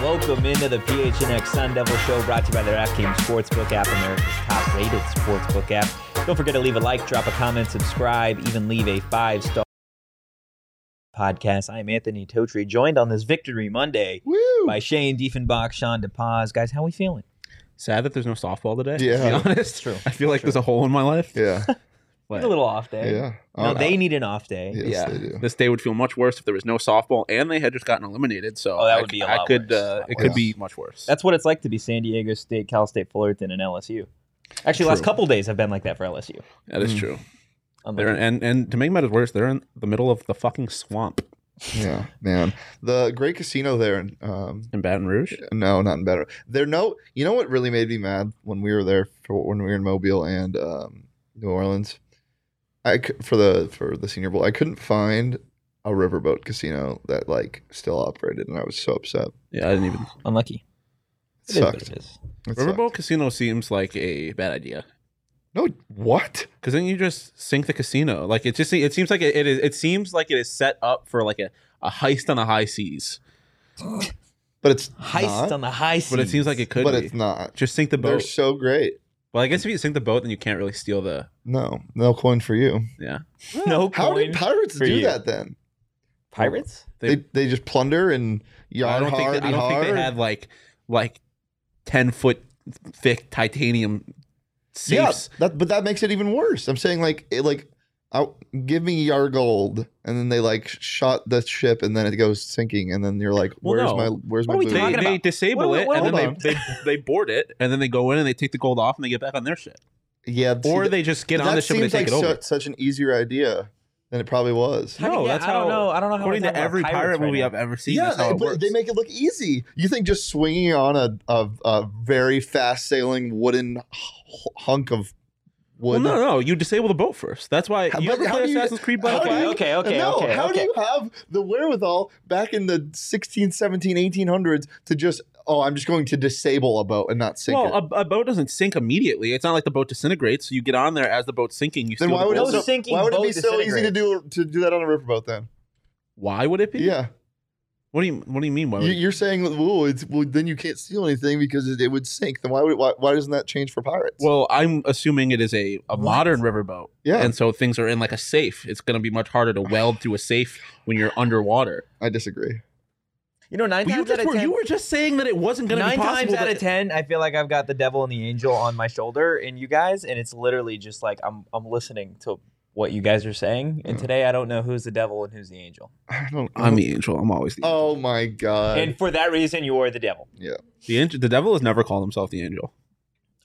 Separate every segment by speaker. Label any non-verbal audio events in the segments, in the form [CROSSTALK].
Speaker 1: Welcome into the PHNX Sun Devil Show, brought to you by the DraftKings Sportsbook app, America's top-rated sportsbook app. Don't forget to leave a like, drop a comment, subscribe, even leave a five-star podcast. I am Anthony Totri, joined on this Victory Monday by Shane Diefenbach, Sean DePaz. Guys, how we feeling?
Speaker 2: sad that there's no softball today.
Speaker 3: Yeah.
Speaker 2: to be honest, [LAUGHS]
Speaker 1: True.
Speaker 2: I feel like there's a hole in my life. [LAUGHS]
Speaker 3: Yeah.
Speaker 1: A little off day.
Speaker 3: Yeah.
Speaker 1: No,
Speaker 3: Uh,
Speaker 1: they need an off day.
Speaker 3: Yes,
Speaker 2: yeah,
Speaker 3: they do.
Speaker 2: this day would feel much worse if there was no softball and they had just gotten eliminated. So
Speaker 1: Oh, that
Speaker 2: I
Speaker 1: would
Speaker 2: c-
Speaker 1: be a
Speaker 2: I
Speaker 1: lot
Speaker 2: could,
Speaker 1: worse.
Speaker 2: Uh,
Speaker 1: Lot
Speaker 2: it
Speaker 1: worse.
Speaker 2: could be much worse.
Speaker 1: That's what it's like to be San Diego State, Cal State, Fullerton, and LSU. Actually, last
Speaker 2: True.
Speaker 1: couple days have been like that for LSU.
Speaker 2: that
Speaker 3: Mm.
Speaker 2: is true. They're
Speaker 1: Unbelievable.
Speaker 2: in, and and to make matters worse, they're in the middle of the fucking swamp
Speaker 3: Yeah, man. The great casino there. in, Um,
Speaker 2: in Baton Rouge.
Speaker 3: no, not in better. There no. You know what really made me mad when we were there for when we were in Mobile and um, New Orleans. I c- for the for the Senior Bowl, I couldn't find a riverboat casino that like still operated, and I was so upset.
Speaker 2: Yeah, I didn't even.
Speaker 1: Unlucky.
Speaker 3: It
Speaker 1: It is what
Speaker 3: sucked.
Speaker 1: it is.
Speaker 3: It
Speaker 2: Riverboat
Speaker 3: sucked.
Speaker 2: Casino seems like a bad idea
Speaker 3: No, what?
Speaker 2: because then you just sink the casino. Like it just se- it seems like it, it is it seems like it is set up for like a, a heist on the high seas,
Speaker 3: But it's
Speaker 1: Heist
Speaker 3: not,
Speaker 1: on the high seas.
Speaker 2: but it seems like it could.
Speaker 3: But
Speaker 2: be.
Speaker 3: it's not.
Speaker 2: Just sink the boat.
Speaker 3: They're so great.
Speaker 2: well, I guess if you sink the boat, then you can't really steal the.
Speaker 3: No, no coin for you.
Speaker 2: Yeah.
Speaker 1: no
Speaker 3: How
Speaker 1: coin
Speaker 3: did pirates
Speaker 1: for
Speaker 3: do
Speaker 1: you.
Speaker 3: that then?
Speaker 1: Pirates?
Speaker 3: They, they just plunder and yard
Speaker 2: I don't think
Speaker 3: hard
Speaker 2: they, I don't
Speaker 3: hard.
Speaker 2: think they had like like ten foot thick titanium safes.
Speaker 3: Yeah, that, but that makes it even worse. I'm saying like it, like out, give me your gold, and then they like shot the ship, and then it goes sinking, and then you're like,
Speaker 2: Well,
Speaker 3: where's
Speaker 2: no.
Speaker 3: my where's
Speaker 1: What
Speaker 3: my
Speaker 1: are we
Speaker 3: booty?
Speaker 2: They,
Speaker 1: talking
Speaker 2: they
Speaker 1: about?
Speaker 2: disable
Speaker 1: What-
Speaker 2: it
Speaker 1: what-
Speaker 2: and then
Speaker 3: hold
Speaker 2: they, they they board it and then they go in and they take the gold off and they get back on their shit.
Speaker 3: Yeah, see,
Speaker 2: Or
Speaker 3: th-
Speaker 2: they just get
Speaker 3: that
Speaker 2: on the ship and they
Speaker 3: seems
Speaker 2: take
Speaker 3: like
Speaker 2: it over.
Speaker 3: su- such an easier idea than it probably was.
Speaker 1: How do you-
Speaker 2: no, that's
Speaker 1: I don't
Speaker 2: how.
Speaker 1: know- I don't know how
Speaker 2: According
Speaker 1: we're
Speaker 2: to
Speaker 1: talking about
Speaker 2: every
Speaker 1: pirates
Speaker 2: pirate
Speaker 1: right
Speaker 2: movie
Speaker 1: now.
Speaker 2: I've ever seen,
Speaker 3: Yeah,
Speaker 2: that's how it
Speaker 3: but
Speaker 2: works.
Speaker 3: they make it look easy. You think just swinging on a a, a very fast sailing wooden h- hunk of
Speaker 2: well,
Speaker 3: wood?
Speaker 2: no, no, you disable the boat first. That's why
Speaker 3: How-
Speaker 2: you
Speaker 3: but
Speaker 2: ever
Speaker 3: how
Speaker 2: play
Speaker 3: do you-
Speaker 2: Assassin's Creed Black
Speaker 3: how do
Speaker 2: Flag?
Speaker 3: you-
Speaker 1: Okay, okay,
Speaker 3: no,
Speaker 1: okay.
Speaker 3: how
Speaker 1: okay.
Speaker 3: do you have the wherewithal back in the 16, 17, 1800s to just, oh, I'm just going to disable a boat and not sink
Speaker 2: Well,
Speaker 3: it?
Speaker 2: a, a boat doesn't sink immediately. It's not like the boat disintegrates. So you get on there as the boat's sinking. You
Speaker 3: then
Speaker 2: steal
Speaker 3: why
Speaker 2: the
Speaker 3: would,
Speaker 2: gold.
Speaker 1: No
Speaker 3: it, so,
Speaker 1: sinking
Speaker 3: why would it be
Speaker 1: boat
Speaker 3: so easy to do
Speaker 1: disintegrates.
Speaker 3: to do that on a riverboat then?
Speaker 2: Why would it be?
Speaker 3: Yeah.
Speaker 2: What do you What do you mean? Why?
Speaker 3: You,
Speaker 2: Would it-
Speaker 3: you're saying, well, it's, well, then you can't steal anything because it, it would sink. Then why, would, why why doesn't that change for pirates?
Speaker 2: Well, I'm assuming it is a, a
Speaker 1: What?
Speaker 2: modern riverboat.
Speaker 3: Yeah.
Speaker 2: And so things are in like a safe. It's going to be much harder to weld through a safe when you're underwater.
Speaker 3: I disagree.
Speaker 1: You know, nine
Speaker 2: But you,
Speaker 1: times out
Speaker 2: just
Speaker 1: of
Speaker 2: were,
Speaker 1: ten.
Speaker 2: you were just saying that it wasn't going to be
Speaker 1: Nine
Speaker 2: possible.
Speaker 1: times out
Speaker 2: to-
Speaker 1: of ten, I feel like I've got the devil and the angel on my shoulder, and you guys, and it's literally just like I'm I'm listening to what you guys are saying. And today, I don't know who's the devil and who's the angel.
Speaker 3: I don't
Speaker 2: I'm the angel. I'm always the angel.
Speaker 3: Oh my God.
Speaker 1: and for that reason, you are the devil.
Speaker 3: yeah.
Speaker 2: The, angel, the devil has never called himself the angel.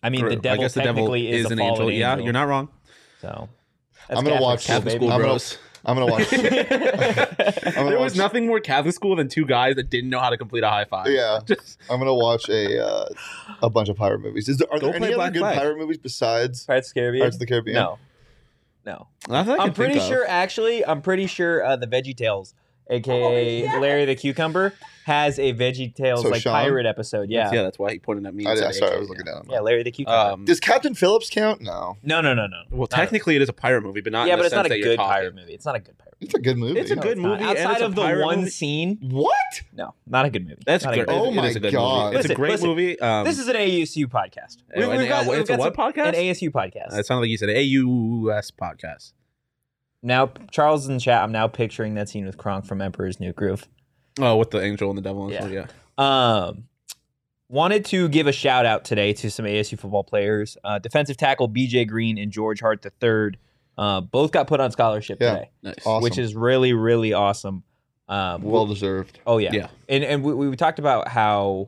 Speaker 1: I mean, the
Speaker 2: True.
Speaker 1: devil technically is, a fallen angel.
Speaker 2: Yeah, you're not wrong.
Speaker 1: So
Speaker 3: I'm gonna watch
Speaker 2: Catholic
Speaker 3: baby.
Speaker 2: school
Speaker 3: I'm gonna-
Speaker 2: bros.
Speaker 3: I'm going
Speaker 2: [LAUGHS]
Speaker 3: to watch. I'm gonna
Speaker 2: there was
Speaker 3: watch-
Speaker 2: nothing more Catholic school than two guys that didn't know how to complete a high five.
Speaker 3: Yeah.
Speaker 2: [LAUGHS] Just-
Speaker 3: I'm gonna watch a uh, a bunch of pirate movies. Is there, are
Speaker 2: Go
Speaker 3: there
Speaker 2: play
Speaker 3: any other
Speaker 2: Black
Speaker 3: good
Speaker 2: Flag.
Speaker 3: pirate movies
Speaker 1: [LAUGHS]
Speaker 3: besides
Speaker 1: Pirates of the Caribbean.
Speaker 3: Pirates of the Caribbean?
Speaker 1: No, no.
Speaker 2: That's what I
Speaker 1: I'm
Speaker 2: can
Speaker 1: pretty
Speaker 2: think of.
Speaker 1: sure, actually, I'm pretty sure uh, the Veggie Tales, aka Larry the Cucumber, has a Veggie Tales
Speaker 3: So
Speaker 1: like
Speaker 3: Sean?
Speaker 1: pirate episode. Yeah.
Speaker 2: Yeah, that's why he pointed at me. and
Speaker 3: I,
Speaker 2: said
Speaker 3: I, sorry, I
Speaker 2: angel,
Speaker 3: was looking
Speaker 2: yeah.
Speaker 3: down.
Speaker 1: yeah, Larry the Cucumber.
Speaker 2: Um,
Speaker 3: Does Captain Phillips count? No.
Speaker 1: no, no, no, no.
Speaker 2: well,
Speaker 1: Not a-
Speaker 2: technically, it is a pirate movie, but not.
Speaker 1: yeah,
Speaker 2: in the
Speaker 1: but it's not
Speaker 2: sense
Speaker 1: a
Speaker 2: that you're
Speaker 1: good
Speaker 2: talking.
Speaker 1: pirate movie. It's not a good pirate
Speaker 3: It's a good movie.
Speaker 2: It's a
Speaker 1: No,
Speaker 2: good
Speaker 1: it's
Speaker 2: movie,
Speaker 1: Not.
Speaker 2: and
Speaker 1: Outside
Speaker 2: it's a
Speaker 1: of the
Speaker 2: pirate
Speaker 1: one
Speaker 2: movie.
Speaker 1: scene,
Speaker 3: What?
Speaker 1: no, not a good movie.
Speaker 2: That's
Speaker 1: Not a
Speaker 2: great.
Speaker 3: Oh
Speaker 2: It- it
Speaker 3: my
Speaker 2: is a good
Speaker 3: God.
Speaker 2: movie. It's
Speaker 1: Listen,
Speaker 2: a great
Speaker 1: listen.
Speaker 2: movie. Um,
Speaker 1: this is an ASU podcast.
Speaker 2: an- uh, it's a what
Speaker 1: some-
Speaker 2: podcast?
Speaker 1: An ASU podcast.
Speaker 2: It sounded like you said AUS podcast.
Speaker 1: now Charles in chat. I'm now picturing that scene with Kronk from Emperor's New Groove.
Speaker 2: Oh, with the angel and the devil. And
Speaker 1: Yeah.
Speaker 2: stuff, yeah.
Speaker 1: Um, wanted to give a shout out today to some ASU football players. Uh, defensive tackle BJ Green and George Hart III uh, both got put on scholarship
Speaker 3: Yeah.
Speaker 1: today,
Speaker 2: Nice.
Speaker 3: Awesome.
Speaker 1: which is really really awesome. Um,
Speaker 3: Well deserved.
Speaker 1: oh yeah,
Speaker 2: Yeah.
Speaker 1: and and we, we talked about how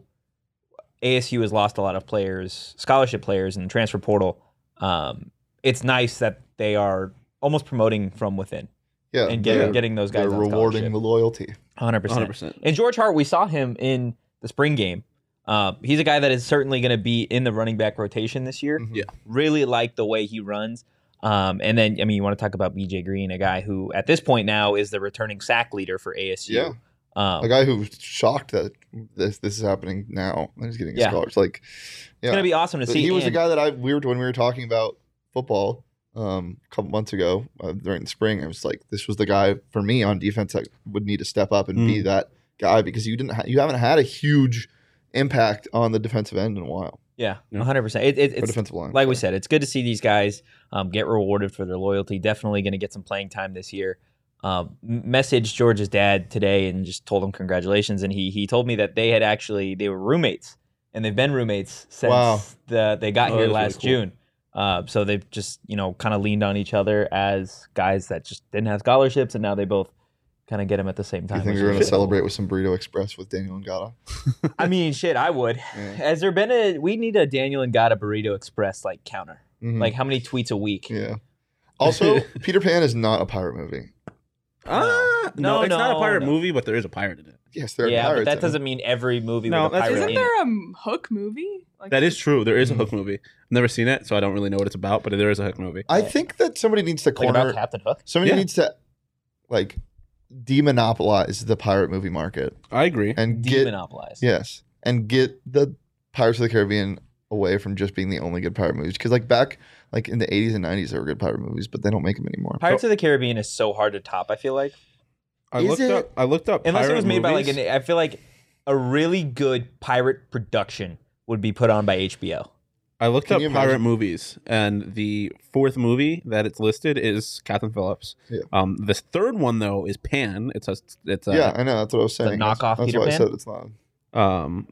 Speaker 1: ASU has lost a lot of players, scholarship players, in the transfer portal. Um, it's nice that they are almost promoting from within
Speaker 3: Yeah.
Speaker 1: and getting
Speaker 3: they're-
Speaker 1: getting those guys
Speaker 3: they're
Speaker 1: on
Speaker 3: rewarding the loyalty.
Speaker 1: hundred percent.
Speaker 2: 100%.
Speaker 1: And George Hart, we saw him in the spring game. Uh, he's a guy that is certainly going to be in the running back rotation this year.
Speaker 3: Mhm.
Speaker 2: Yeah.
Speaker 1: Really like the way he runs. Um, and then, I mean, you want to talk about BJ Green, a guy who at this point now is the returning sack leader for ASU.
Speaker 3: Yeah.
Speaker 1: Um,
Speaker 3: A guy who's shocked that this this is happening now and he's getting a
Speaker 1: Yeah.
Speaker 3: scholarship. Like,
Speaker 1: It's going
Speaker 3: yeah.
Speaker 1: to be awesome to see.
Speaker 3: he was the
Speaker 1: And
Speaker 3: guy that I we were when we were talking about football um, a couple months ago uh, during the spring. I was like, this was the guy for me on defense that would need to step up and
Speaker 1: Mm.
Speaker 3: be that guy because you didn't ha- you haven't had a huge impact on the defensive end in a while
Speaker 1: Yeah,
Speaker 2: Yeah.
Speaker 1: 100%. It, it,
Speaker 3: or
Speaker 1: it's,
Speaker 3: defensive line.
Speaker 1: like we said, it's good to see these guys um, get rewarded for their loyalty. Definitely going to get some playing time this year. Um, m- messaged George's dad today and just told him congratulations, and he he told me that they had actually they were roommates and they've been roommates since
Speaker 3: Wow.
Speaker 1: the, they got
Speaker 2: Oh,
Speaker 1: here
Speaker 2: that's really
Speaker 1: last
Speaker 2: cool.
Speaker 1: June. Uh, so they've just you know kind of leaned on each other as guys that just didn't have scholarships, and now they both kind of get them at the same
Speaker 3: Do
Speaker 1: time.
Speaker 3: you think
Speaker 1: which is
Speaker 3: they're going to
Speaker 1: cool.
Speaker 3: celebrate with some burrito express with Daniel
Speaker 1: [LAUGHS]
Speaker 3: and Mm-hmm. Gata?
Speaker 1: I mean, shit, I would.
Speaker 3: Yeah.
Speaker 1: Has there been a? We need a Daniel and Gotta Burrito Express like counter.
Speaker 3: Mhm.
Speaker 1: Like how many tweets a week?
Speaker 3: yeah.
Speaker 1: [LAUGHS]
Speaker 3: Also, Peter Pan is not a pirate movie.
Speaker 2: Ah, no,
Speaker 1: No,
Speaker 2: it's not a
Speaker 1: no,
Speaker 2: pirate
Speaker 1: no.
Speaker 2: movie, but there is a pirate in it.
Speaker 3: Yes, there are
Speaker 1: yeah,
Speaker 3: pirates.
Speaker 1: but
Speaker 3: in
Speaker 1: that
Speaker 3: it.
Speaker 1: doesn't mean every movie
Speaker 2: No,
Speaker 1: with a
Speaker 2: that's-
Speaker 1: pirate
Speaker 2: Isn't
Speaker 1: in
Speaker 4: Isn't
Speaker 1: it.
Speaker 4: there a m- hook movie? Like,
Speaker 2: That is true. There is a
Speaker 3: Mhm.
Speaker 2: Hook movie. I've never seen it, so I don't really know what it's about, but there is a Hook movie.
Speaker 3: I think that somebody needs to
Speaker 1: Like
Speaker 3: corner.
Speaker 1: about Captain Hook?
Speaker 3: somebody
Speaker 2: Yeah.
Speaker 3: needs to like demonopolize the pirate movie market
Speaker 2: I agree.
Speaker 3: and get
Speaker 1: Demonopolized.
Speaker 3: Yes, and get the Pirates of the Caribbean away from just being the only good pirate movies. Because like back like in the eighties and nineties, there were good pirate movies, but they don't make them anymore.
Speaker 1: Pirates of the Caribbean is so hard to top, I feel like.
Speaker 2: I
Speaker 3: Is
Speaker 2: looked
Speaker 3: it-
Speaker 2: up. I looked up.
Speaker 1: Unless it
Speaker 2: pirate
Speaker 1: was made by like
Speaker 2: movies.
Speaker 1: an I feel like a really good pirate production would be put on by
Speaker 3: [LAUGHS]
Speaker 1: HBO.
Speaker 2: I looked
Speaker 3: Can
Speaker 2: up
Speaker 3: you
Speaker 2: pirate
Speaker 3: imagine?
Speaker 2: movies, and the fourth movie that it's listed is Captain Phillips.
Speaker 3: Yeah.
Speaker 2: Um, the third one though is Pan. It's a. It's a.
Speaker 3: yeah, I know that's what I was
Speaker 1: a
Speaker 3: saying. That's-
Speaker 1: uh, knockoff
Speaker 3: That's,
Speaker 1: Peter
Speaker 3: why I
Speaker 1: Pan?
Speaker 3: said it's not.
Speaker 2: Um,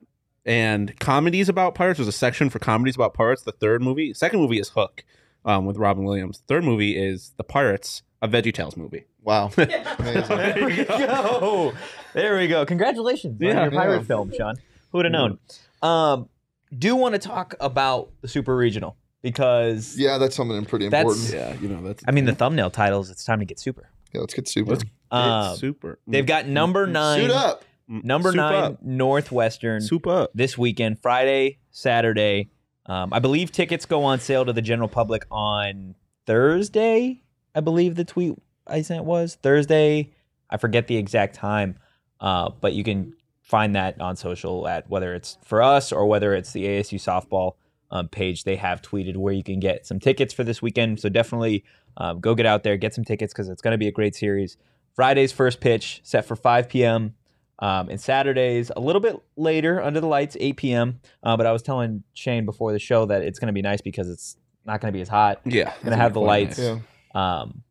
Speaker 2: and comedies about pirates. There's a section for comedies about pirates. The third movie, second movie is Hook, um, with Robin Williams. Third movie is The Pirates, a Veggie Tales movie.
Speaker 3: Wow, Amazing.
Speaker 2: There you go.
Speaker 1: Yo, there we go. Congratulations
Speaker 2: Yeah.
Speaker 1: on your pirate
Speaker 3: Yeah.
Speaker 1: film, Sean. Who would have known? Um, do want to talk about the super regional because
Speaker 3: yeah, that's something pretty
Speaker 1: That's-
Speaker 3: important.
Speaker 2: Yeah, you know that's.
Speaker 1: I mean the thumbnail titles. It's time to get super.
Speaker 3: Yeah, let's get super.
Speaker 2: Let's
Speaker 1: Um,
Speaker 2: it's super.
Speaker 1: They've got number nine,
Speaker 3: Suit up.
Speaker 2: Mm,
Speaker 1: number
Speaker 2: soup
Speaker 1: nine
Speaker 2: Up.
Speaker 1: Northwestern
Speaker 2: Soup up.
Speaker 1: this weekend, Friday, Saturday. Um, I believe tickets go on sale to the general public on Thursday. I believe the tweet I sent was Thursday. I forget the exact time, uh, but you can find that on social at whether it's for us or whether it's the ASU softball um, page. They have tweeted where you can get some tickets for this weekend. So definitely um, go get out there, get some tickets because it's going to be a great series. Friday's first pitch set for 5 p.m. Um, and Saturdays, a little bit later, under the lights, 8 p.m. Uh, but I was telling Shane before the show that it's going to be nice because it's not going to be as hot.
Speaker 2: Yeah,
Speaker 1: Gonna have the lights.
Speaker 3: Yeah,
Speaker 1: Um,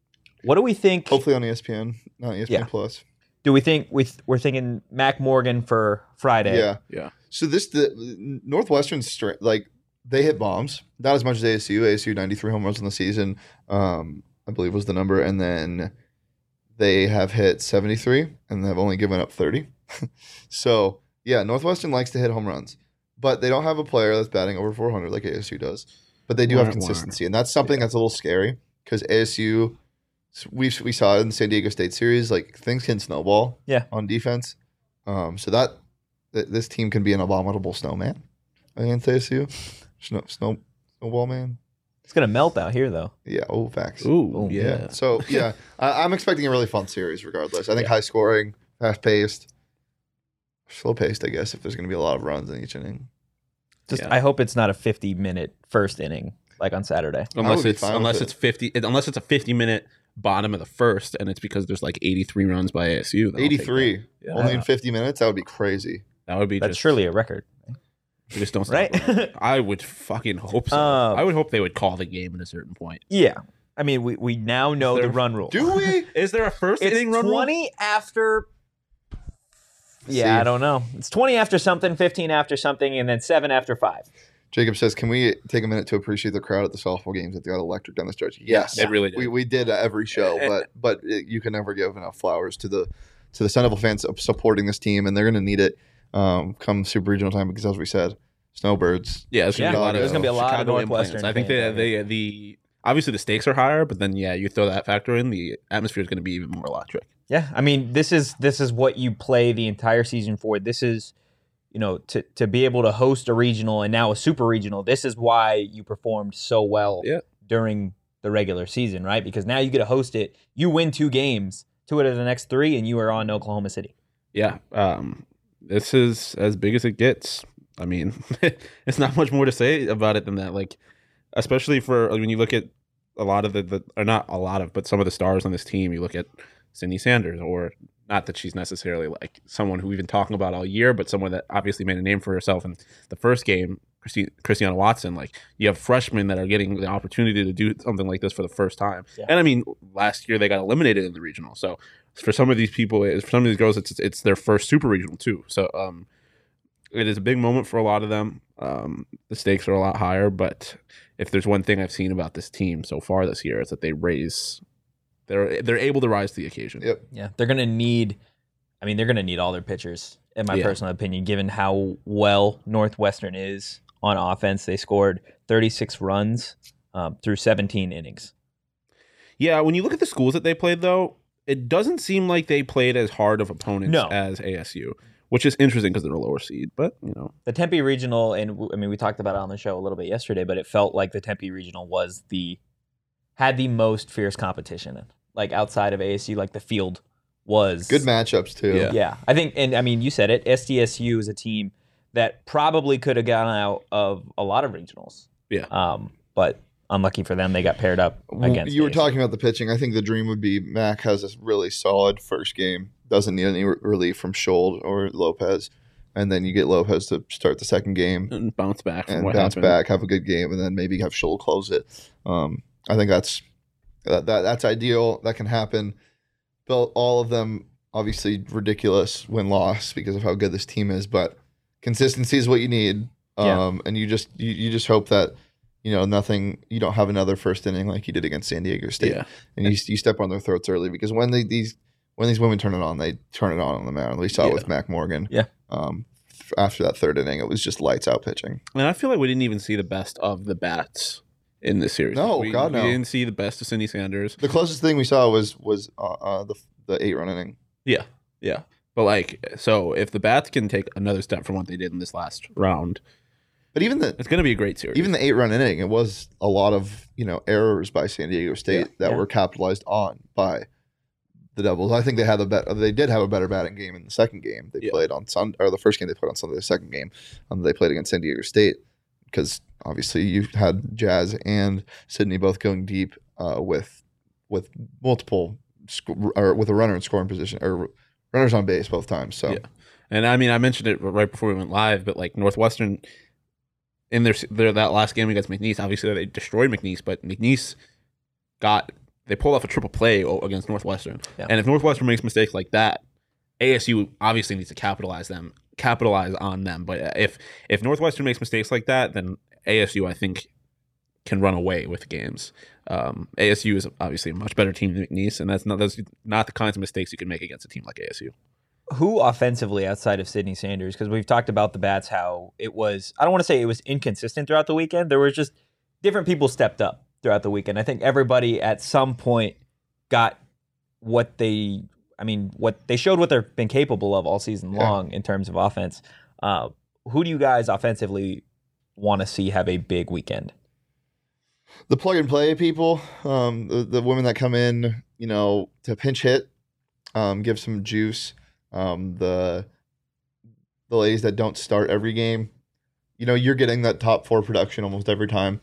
Speaker 1: what do we think?
Speaker 3: hopefully on E ESPN, not ESPN
Speaker 1: Yeah.
Speaker 3: Plus.
Speaker 1: Do we think we th- we're thinking Mac Morgan for Friday?
Speaker 3: Yeah,
Speaker 2: Yeah.
Speaker 3: So this the Northwestern's stra- like they hit bombs, not as much as ASU. ASU ninety three home runs in the season, um, I believe was the number, and then they have hit seventy three and they've only given up thirty. [LAUGHS] so yeah, Northwestern likes to hit home runs, but they don't have a player that's batting over four hundred like ASU does. But they do have
Speaker 2: Warrant, warrant.
Speaker 3: consistency, and that's something that's a little scary because ASU. We, we saw it in the San Diego State series. Like things can snowball
Speaker 1: Yeah.
Speaker 3: on defense. Um, so that th- this team can be an abominable snowman against ASU. Snow, snow, snowball man.
Speaker 1: It's gonna melt out here though.
Speaker 3: Yeah. Oh, facts.
Speaker 2: Ooh,
Speaker 1: Boom.
Speaker 2: yeah.
Speaker 3: Yeah.
Speaker 2: [LAUGHS]
Speaker 3: So yeah, I, I'm expecting a really fun series. Regardless, I think high scoring, fast paced, slow paced. I guess if there's going to be a lot of runs in each inning.
Speaker 1: Just
Speaker 2: Yeah.
Speaker 1: I hope it's not a 50 minute first inning like on Saturday.
Speaker 3: I would
Speaker 2: Unless
Speaker 3: be
Speaker 2: it's
Speaker 3: fine with
Speaker 2: unless
Speaker 3: it.
Speaker 2: it's fifty unless it's a fifty minute bottom of the first, and it's because there's like 83 runs by ASU. that'll take
Speaker 3: Eighty three.
Speaker 2: that. Yeah.
Speaker 3: Only in fifty minutes. That would be crazy.
Speaker 2: that would be
Speaker 1: That's
Speaker 2: just,
Speaker 1: surely a record,
Speaker 2: we just don't
Speaker 1: [LAUGHS] right?
Speaker 2: right. I would fucking hope so.
Speaker 1: Um,
Speaker 2: I would hope they would call the game at a certain point.
Speaker 1: yeah. I mean, we, we now know the
Speaker 2: there-
Speaker 1: run rule.
Speaker 3: Do
Speaker 2: [LAUGHS]
Speaker 3: we?
Speaker 2: Is there a first
Speaker 1: it's
Speaker 2: inning run? rule?
Speaker 1: 20 after yeah
Speaker 3: See.
Speaker 1: i don't know it's 20 after something 15 after something and then 7 after 5
Speaker 3: Jacob says, "Can we take a minute to appreciate the crowd at the softball games that got electric down the stretch?" Yes,
Speaker 2: It really did.
Speaker 3: we, we did
Speaker 2: [LAUGHS]
Speaker 3: every show, but but it, you can never give enough flowers to the to the Centerville fans of supporting this team, and they're going to need it um, come Super Regional time because, as we said, Snowbirds.
Speaker 2: Yeah, there's gonna be a
Speaker 3: Yeah,
Speaker 2: lot of
Speaker 3: there's gonna be
Speaker 1: a lot of
Speaker 2: Chicago implants.
Speaker 1: Northwestern
Speaker 2: I think
Speaker 1: fans
Speaker 2: the
Speaker 1: out
Speaker 2: the the obviously the stakes are higher, but then yeah, you throw that factor in, the atmosphere is going to be even more electric.
Speaker 1: yeah i mean this is this is what you play the entire season for this is you know to to be able to host a regional and now a super regional this is why you performed so well
Speaker 2: Yeah.
Speaker 1: during the regular season right because now you get to host it you win two games two out of the next three and you are on oklahoma city
Speaker 2: Yeah, um, this is as big as it gets. I mean, [LAUGHS] it's not much more to say about it than that. Like, especially for like, when you look at a lot of the, the or not a lot of, but some of the stars on this team. You look at Cindy Sanders, or not that she's necessarily like someone who we've been talking about all year, but someone that obviously made a name for herself in the first game. Christi- Christiana Watson, like you have freshmen that are getting the opportunity to do something like this for the first time,
Speaker 1: Yeah.
Speaker 2: and I mean, last year they got eliminated in the regional. So for some of these people, it- for some of these girls, it's it's their first super regional too. So um, it is a big moment for a lot of them. Um, the stakes are a lot higher, but if there's one thing I've seen about this team so far this year, is that they raise, they're they're able to rise to the occasion.
Speaker 3: Yep.
Speaker 1: Yeah, they're gonna need. I mean, they're gonna need all their pitchers, in my
Speaker 2: Yeah.
Speaker 1: personal opinion, given how well Northwestern is on offense. They scored 36 runs um, through 17 innings.
Speaker 2: Yeah, when you look at the schools that they played, though, it doesn't seem like they played as hard of opponents
Speaker 1: No.
Speaker 2: as ASU, which is interesting because they're a lower seed. But you know,
Speaker 1: The Tempe Regional, and w- I mean, we talked about it on the show a little bit yesterday, but it felt like the Tempe Regional was the had the most fierce competition, like outside of ASU, like the field was
Speaker 3: Good matchups too.
Speaker 2: Yeah.
Speaker 1: Yeah, I think, and I mean, you said it. SDSU is a team that probably could have gotten out of a lot of regionals.
Speaker 2: Yeah.
Speaker 1: Um, but unlucky for them, they got paired up
Speaker 3: W-
Speaker 1: against.
Speaker 3: you were
Speaker 1: ASU.
Speaker 3: talking about the pitching. I think the dream would be Mac has this really solid first game, doesn't need any re- relief from Schold or Lopez, and then you get Lopez to start the second game.
Speaker 2: and bounce back from
Speaker 3: and
Speaker 2: what
Speaker 3: bounce
Speaker 2: happened.
Speaker 3: back, have a good game, and then maybe have Scholl close it. Um, I think that's that, that that's ideal. That can happen. But all of them obviously ridiculous win loss because of how good this team is, but consistency is what you need.
Speaker 1: Yeah.
Speaker 3: Um, and you just you, you just hope that you know nothing. You don't have another first inning like you did against San Diego State,
Speaker 2: Yeah,
Speaker 3: and you you step on their throats early because when they these when these women turn it on, they turn it on on the mound. We saw it
Speaker 2: Yeah.
Speaker 3: with Mac Morgan.
Speaker 1: Yeah.
Speaker 3: Um, f- after that third inning, it was just lights out pitching.
Speaker 2: and I feel like we didn't even see the best of the bats in this series.
Speaker 3: No,
Speaker 2: we,
Speaker 3: God,
Speaker 2: we
Speaker 3: no.
Speaker 2: didn't see the best of Cindy Sanders.
Speaker 3: The closest thing we saw was was uh, uh, the the eight run inning.
Speaker 2: Yeah, yeah. But like, so if the bats can take another step from what they did in this last round,
Speaker 3: But even the
Speaker 2: it's going to be a great series.
Speaker 3: even the eight run inning, it was a lot of you know errors by San Diego State
Speaker 2: Yeah,
Speaker 3: that
Speaker 1: yeah.
Speaker 3: were capitalized on by the Devils. I think they had a bet. They did have a better batting game in the second game they
Speaker 2: Yeah.
Speaker 3: played on Sunday, or the first game they played on Sunday. The second game um, they played against San Diego State because obviously you had Jazz and Sydney both going deep uh, with with multiple sc- or with a runner in scoring position or runners on base both times. So
Speaker 2: Yeah. And I mean, I mentioned it right before we went live, but like Northwestern in their, their that last game against McNeese, obviously they destroyed McNeese, but McNeese got they pulled off a triple play o- against Northwestern.
Speaker 1: Yeah.
Speaker 2: And if Northwestern makes mistakes like that, ASU obviously needs to capitalize them, capitalize on them. But uh, if if Northwestern makes mistakes like that, then ASU I think can run away with games. Um, ASU is obviously a much better team than McNeese, and that's not that's not the kinds of mistakes you can make against a team like ASU.
Speaker 1: who offensively outside of Sidney Sanders, because we've talked about the bats, how it was, I don't want to say it was inconsistent throughout the weekend. There was just different people stepped up throughout the weekend. I think everybody at some point got what they, I mean, what they showed what they've been capable of all season
Speaker 3: Yeah.
Speaker 1: long in terms of offense. Uh, who do you guys offensively want to see have a big weekend?
Speaker 3: the plug and play people, um, the, the women that come in, you know, to pinch hit, um, give some juice. Um, the the ladies that don't start every game, you know, you're getting that top four production almost every time.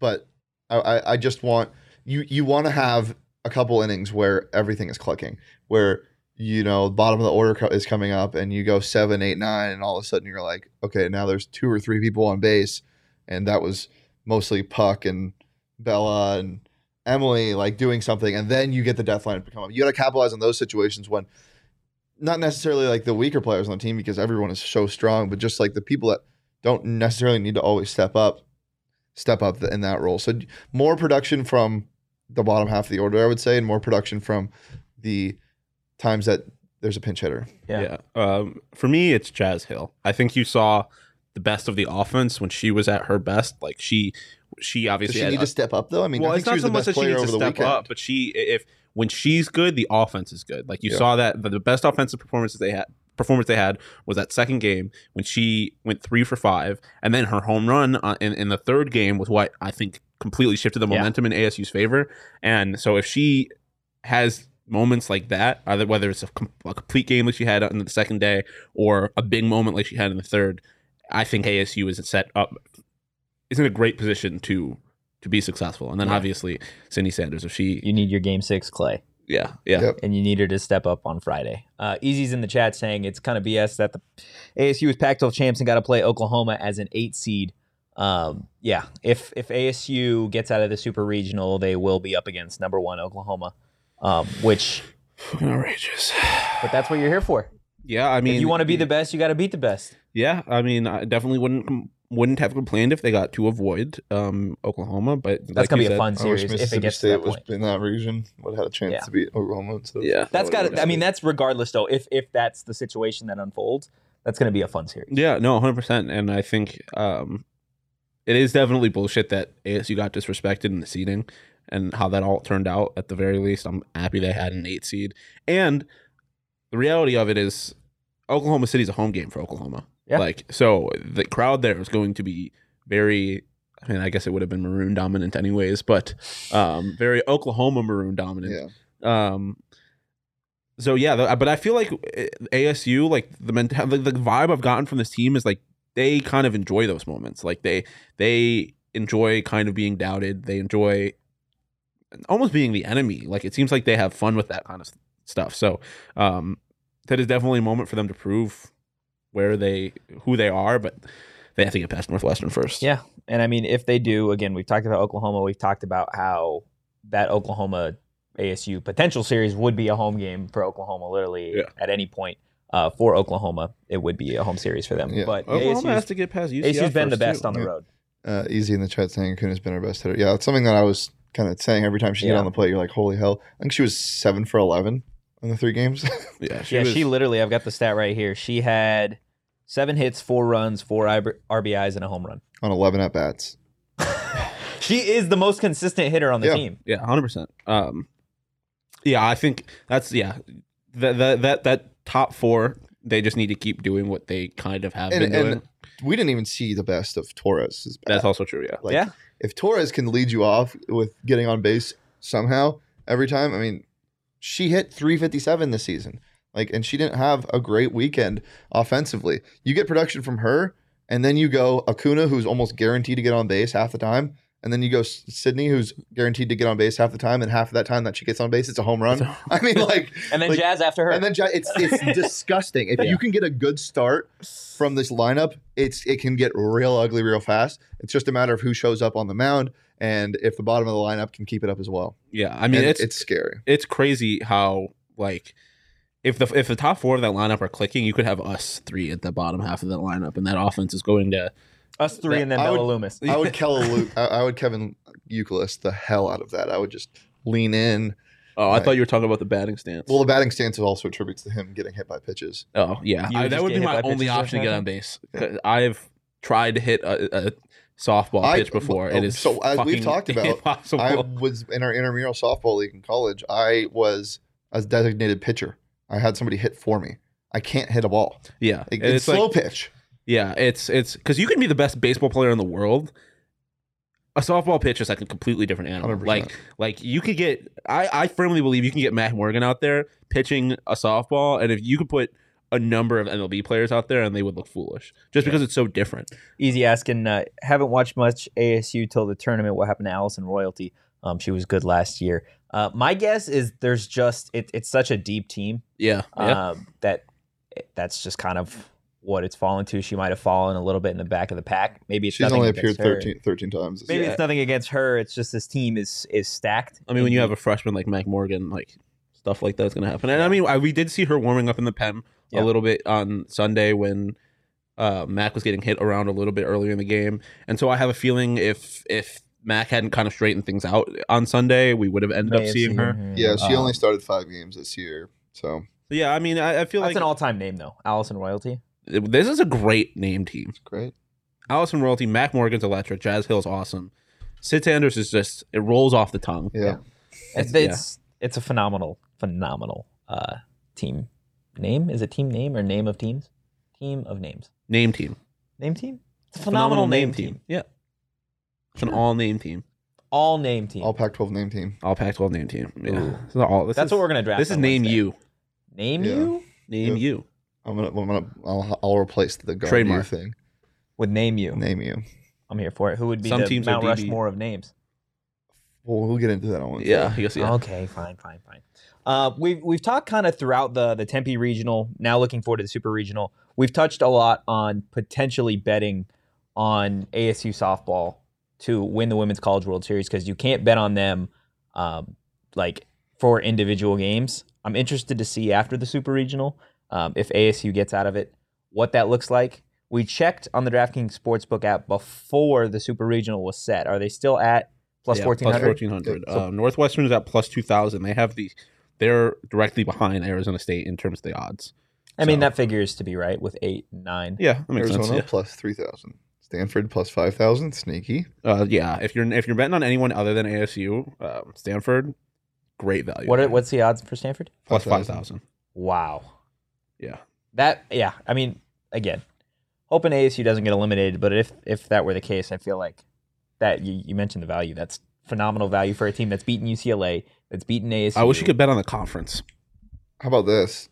Speaker 3: But I, I, I just want you you want to have a couple innings where everything is clicking, where you know bottom of the order co- is coming up, and you go seven, eight, nine, and all of a sudden you're like, okay, now there's two or three people on base, and that was mostly Puck and Bella and Emily like doing something, and then you get the death line to come up. You got to capitalize on those situations when not necessarily like the weaker players on the team because everyone is so strong, but just like the people that don't necessarily need to always step up, step up in that role. So more production from the bottom half of the order, I would say, and more production from the times that there's a pinch hitter.
Speaker 1: Yeah.
Speaker 2: Yeah. Um, for me, it's Jazz Hill. I think you saw the best of the offense when she was at her best. Like she, she
Speaker 3: Does
Speaker 2: obviously
Speaker 3: she
Speaker 2: had
Speaker 3: need
Speaker 2: a-
Speaker 3: to step up though? I mean,
Speaker 2: well,
Speaker 3: I think
Speaker 2: it's not
Speaker 3: she was
Speaker 2: so
Speaker 3: the
Speaker 2: much
Speaker 3: best
Speaker 2: that she
Speaker 3: player
Speaker 2: needs
Speaker 3: over
Speaker 2: to
Speaker 3: the
Speaker 2: step
Speaker 3: weekend.
Speaker 2: up, but she if when she's good, the offense is good. Like you
Speaker 3: Yeah.
Speaker 2: saw that the, the best offensive performance that they had performance they had was that second game when she went three for five, and then her home run uh, in in the third game was what I think completely shifted the
Speaker 1: Yeah.
Speaker 2: momentum in ASU's favor. And so if she has moments like that, either whether it's a, com- a complete game like she had on the second day or a big moment like she had in the third, I think ASU is set up is in a great position to to be successful. And then obviously Cindy Sanders, if she
Speaker 1: You need your game six, Clay.
Speaker 2: yeah yeah
Speaker 3: Yep.
Speaker 1: and you need her to step up on Friday. Uh, Easy's in the chat saying it's kind of BS that the ASU is Pac-12 champs and got to play Oklahoma as an eight seed. Um, yeah, if if ASU gets out of the super regional, they will be up against number one Oklahoma. Um, which,
Speaker 2: Fucking outrageous.
Speaker 1: but that's what you're here for.
Speaker 2: Yeah, I mean,
Speaker 1: if you want to be the best, you got to beat the best.
Speaker 2: yeah, I mean, I definitely wouldn't com- wouldn't have complained if they got to avoid um Oklahoma, but
Speaker 1: That's
Speaker 2: like
Speaker 1: gonna
Speaker 2: you
Speaker 1: be a
Speaker 2: said-
Speaker 1: fun
Speaker 3: I wish
Speaker 1: series if it
Speaker 3: Mississippi
Speaker 1: gets to
Speaker 3: State
Speaker 1: that
Speaker 3: was
Speaker 1: point.
Speaker 3: in that region. Would have had a chance
Speaker 1: Yeah.
Speaker 3: to beat Oklahoma. instead of-
Speaker 2: Yeah.
Speaker 1: That's got
Speaker 3: would've
Speaker 1: to. I mean, that's regardless though. If if that's the situation that unfolds, that's going to be a fun series.
Speaker 2: Yeah, no, hundred percent. And I think um, it is definitely bullshit that ASU got disrespected in the seeding and how that all turned out. At the very least, I'm happy they had an eight seed. And the reality of it is, Oklahoma City's a home game for Oklahoma.
Speaker 1: Yeah.
Speaker 2: Like so, the crowd there is going to be very. I mean, I guess it would have been maroon dominant anyways, but um, very Oklahoma maroon dominant.
Speaker 3: Yeah.
Speaker 2: Um, so yeah, th- but I feel like eh, ASU, like the mental, the, the vibe I've gotten from this team is like they kind of enjoy those moments. Like they they enjoy kind of being doubted. They enjoy almost being the enemy. Like it seems like they have fun with that kind of s- stuff. So um, that is definitely a moment for them to prove where they who they are, but they have to get past Northwestern first.
Speaker 1: Yeah. And I mean, if they do, again, we've talked about Oklahoma. We've talked about how that Oklahoma ASU potential series would be a home game for Oklahoma. Literally
Speaker 2: Yeah.
Speaker 1: at any point uh, for Oklahoma, it would be a home series for them.
Speaker 3: Yeah.
Speaker 1: But
Speaker 2: Oklahoma has
Speaker 1: ASU's,
Speaker 2: to get past UCF.
Speaker 1: ASU's been the
Speaker 2: first,
Speaker 1: best
Speaker 2: too.
Speaker 1: on the
Speaker 3: Yeah.
Speaker 1: road.
Speaker 3: uh, easy in the chat saying Akuna's been our best hitter. Yeah, it's something that I was kind of saying every time she
Speaker 1: Yeah.
Speaker 3: get on the plate. You're like, holy hell! I think she was seven for eleven in the three games. [LAUGHS]
Speaker 2: Yeah,
Speaker 1: yeah,
Speaker 2: was-
Speaker 1: she literally. I've got the stat right here. She had seven hits, four runs, four IB- RBIs, and a home run.
Speaker 3: on 11 at bats.
Speaker 1: She is the most consistent hitter on the
Speaker 3: Yeah.
Speaker 1: team.
Speaker 2: Yeah, hundred percent. Um, yeah, I think that's yeah. That that that that top four, they just need to keep doing what they kind of have
Speaker 3: And-
Speaker 2: been doing.
Speaker 3: and- We didn't even see the best of Torres. Is
Speaker 2: that's also true. Yeah,
Speaker 3: Like,
Speaker 1: yeah,
Speaker 3: If Torres can lead you off with getting on base somehow every time, I mean, she hit 357 this season. Like, and she didn't have a great weekend offensively. You get production from her, and then you go Acuna, who's almost guaranteed to get on base half the time, and then you go S- Sydney, who's guaranteed to get on base half the time, and half of that time that she gets on base, it's a home run. [LAUGHS] I mean, like,
Speaker 1: and then
Speaker 3: like-
Speaker 1: Jazz after her.
Speaker 3: And then Ja- it's it's
Speaker 2: [LAUGHS]
Speaker 3: disgusting. If
Speaker 1: Yeah.
Speaker 3: you can get a good start from this lineup, it's it can get real ugly real fast. It's just a matter of who shows up on the mound and if the bottom of the lineup can keep it up as well.
Speaker 2: yeah. I mean,
Speaker 3: And
Speaker 2: it's,
Speaker 3: it's,
Speaker 2: it's
Speaker 3: scary.
Speaker 2: it's crazy how like if the if the top four of that lineup are clicking, you could have us three at the bottom half of that lineup, and that offense is going to.
Speaker 1: Us three, and then
Speaker 3: I would-
Speaker 1: Bella Loomis.
Speaker 3: I would Kel Lu- I, I would Kevin Euclid the hell out of that. I would just lean in.
Speaker 2: Oh, I
Speaker 3: Right.
Speaker 2: thought you were talking about the batting stance.
Speaker 3: Well, the batting stance also attributes to him getting hit by pitches.
Speaker 2: Oh yeah,
Speaker 1: You
Speaker 2: I,
Speaker 1: would
Speaker 2: that
Speaker 1: just
Speaker 2: would
Speaker 1: get
Speaker 2: be
Speaker 1: hit
Speaker 2: my
Speaker 1: by
Speaker 2: only
Speaker 1: pitches or
Speaker 2: option to get on
Speaker 1: something?
Speaker 2: base. 'Cause I've tried to hit a, a softball
Speaker 3: I-
Speaker 2: pitch before. It
Speaker 3: oh,
Speaker 2: is
Speaker 3: so as
Speaker 2: fucking
Speaker 3: we've talked
Speaker 2: [LAUGHS]
Speaker 3: about,
Speaker 2: impossible.
Speaker 3: I was in our intramural softball league in college. I was a designated pitcher. I had somebody hit for me. I can't hit a ball.
Speaker 2: yeah,
Speaker 3: It-
Speaker 2: and
Speaker 3: it's,
Speaker 2: like-
Speaker 3: slow pitch.
Speaker 2: yeah, it's it's because you can be the best baseball player in the world. A softball pitch is like a completely different animal.
Speaker 3: 100%.
Speaker 2: Like like you could get. I I firmly believe you can get Matt Morgan out there pitching a softball, and if you could put a number of MLB players out there, and they would look foolish just because it's so different.
Speaker 1: Easy asking. Uh, haven't watched much ASU till the tournament. What happened to Allison Royalty? Um, she was good last year. Uh, my guess is there's just it, it's such a deep team
Speaker 2: Yeah. yeah.
Speaker 1: um, that that's just kind of what it's fallen to. She might have fallen a little bit in the back of the pack. Maybe it's
Speaker 3: She's
Speaker 1: nothing
Speaker 3: only appeared
Speaker 1: against her.
Speaker 3: 13, 13 times. this
Speaker 1: Maybe
Speaker 3: year.
Speaker 1: it's nothing against her. It's just this team is is stacked.
Speaker 2: I mean, when you have a freshman like Mac Morgan, like stuff like that's gonna happen. And I mean, I, we did see her warming up in the pen
Speaker 1: Yeah.
Speaker 2: a little bit on Sunday when uh, Mac was getting hit around a little bit earlier in the game, and so I have a feeling if if Mac hadn't kind of straightened things out on Sunday, we would have ended
Speaker 1: May
Speaker 2: up
Speaker 1: have
Speaker 2: seeing
Speaker 1: seen
Speaker 2: her.
Speaker 3: yeah, she
Speaker 1: Uh,
Speaker 2: um,
Speaker 3: only started five games this year. So
Speaker 2: Yeah, I mean, I, I feel
Speaker 1: That's
Speaker 2: like
Speaker 1: an all time name though, Allison Royalty.
Speaker 2: this is a great name team.
Speaker 3: great.
Speaker 2: Allison Royalty, Mac Morgan's electric, Jazz Hill's awesome. Sid Sanders is just it rolls off the tongue.
Speaker 3: Yeah.
Speaker 1: It's
Speaker 2: Yeah.
Speaker 1: it's, it's a phenomenal phenomenal uh, team name. Is it team name or name of teams? Team of names.
Speaker 2: Name team.
Speaker 1: Name team. It's a
Speaker 2: Phenomenal, name, team. Yeah. It's an all name team.
Speaker 1: All name team.
Speaker 3: All Pac 12 name team.
Speaker 2: All Pac 12 name team. Yeah.
Speaker 1: Ooh.
Speaker 2: This is all, this
Speaker 1: That's
Speaker 2: is-
Speaker 1: what we're gonna draft.
Speaker 2: This is
Speaker 1: on
Speaker 2: name
Speaker 1: Wednesday.
Speaker 2: you.
Speaker 1: Name
Speaker 3: Yeah.
Speaker 1: you
Speaker 2: Name
Speaker 3: Yeah.
Speaker 2: you.
Speaker 3: I'm gonna, I'm gonna, I'll, I'll replace the guard you
Speaker 2: Trademark.
Speaker 3: thing.
Speaker 1: with name you.
Speaker 3: Name you.
Speaker 1: I'm here for it. Who would be
Speaker 2: Some
Speaker 1: the
Speaker 2: teams are
Speaker 1: Mount
Speaker 2: DB.
Speaker 1: Rushmore of names?
Speaker 3: Well, we'll get into that on Wednesday.
Speaker 2: Yeah. I guess, yeah.
Speaker 1: Okay, fine, fine, fine. Uh, we've we've talked kind of throughout the the Tempe regional. Now looking forward to the Super regional. We've touched a lot on potentially betting on ASU softball to win the Women's College World Series because you can't bet on them um, like for individual games. I'm interested to see after the Super Regional um, if ASU gets out of it what that looks like. We checked on the DraftKings Sportsbook app before the Super Regional was set. Are they still at plus
Speaker 2: Yeah,
Speaker 1: 1400?
Speaker 2: 1400.
Speaker 3: Yeah, so-
Speaker 2: Uh, Northwestern is at plus 2000. They have the, they're directly behind Arizona State in terms of the odds.
Speaker 1: I mean,
Speaker 2: So-
Speaker 1: that figures to be right with eight, nine.
Speaker 2: Yeah. That makes
Speaker 3: Arizona
Speaker 2: sense.
Speaker 3: plus 3,000. Stanford plus 5,000. Sneaky.
Speaker 2: Yeah. Uh, yeah. If you're, if you're betting on anyone other than ASU, um, Stanford, great value.
Speaker 1: What are,
Speaker 2: there.
Speaker 1: what's the odds for Stanford?
Speaker 2: plus
Speaker 3: 5,000.
Speaker 2: 5,000.
Speaker 1: Wow.
Speaker 2: Yeah.
Speaker 1: That yeah, I mean, again, hoping ASU doesn't get eliminated, but if if that were the case, I feel like that you, you mentioned the value. That's phenomenal value for a team that's beaten UCLA, that's beaten ASU.
Speaker 2: I wish you could bet on the conference.
Speaker 3: How about this?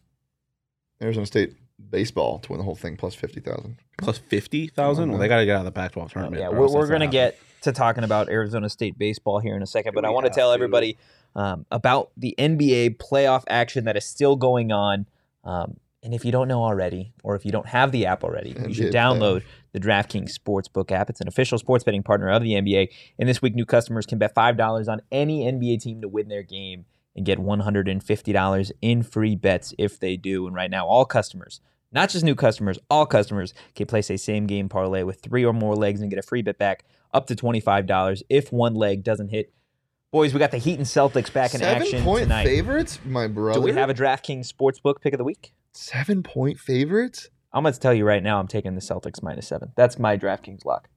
Speaker 3: Arizona State baseball to win the whole thing plus 50,000.
Speaker 2: Plus 50,000? Well, they got to get out of the Pac 12 tournament.
Speaker 1: Uh, Yeah,
Speaker 2: or
Speaker 1: we're,
Speaker 2: else
Speaker 1: we're
Speaker 2: that's not
Speaker 1: going to
Speaker 2: happening.
Speaker 1: get to talking about Arizona State baseball here in a second, but I
Speaker 2: We
Speaker 1: want to
Speaker 2: have
Speaker 1: tell
Speaker 2: to.
Speaker 1: everybody um, about the NBA playoff action that is still going on. Um, and if you don't know already, or if you don't have the app already, you should
Speaker 3: NBA
Speaker 1: download the DraftKings Sportsbook app. It's an official sports betting partner of the NBA. And this week, new customers can bet $5 on any NBA team to win their game and get $150 in free bets if they do. And right now, all customers, not just new customers, all customers can place a same game parlay with three or more legs and get a free bet back up to $25 if one leg doesn't hit. Boys, we got the Heat and Celtics back in
Speaker 3: Seven
Speaker 1: action
Speaker 3: point
Speaker 1: tonight.
Speaker 3: favorites, my brother.
Speaker 1: Do we have a DraftKings Sportsbook pick of the week?
Speaker 3: seven point favorites?
Speaker 1: I'm going to tell you right now, I'm taking the Celtics minus seven. That's my DraftKings lock.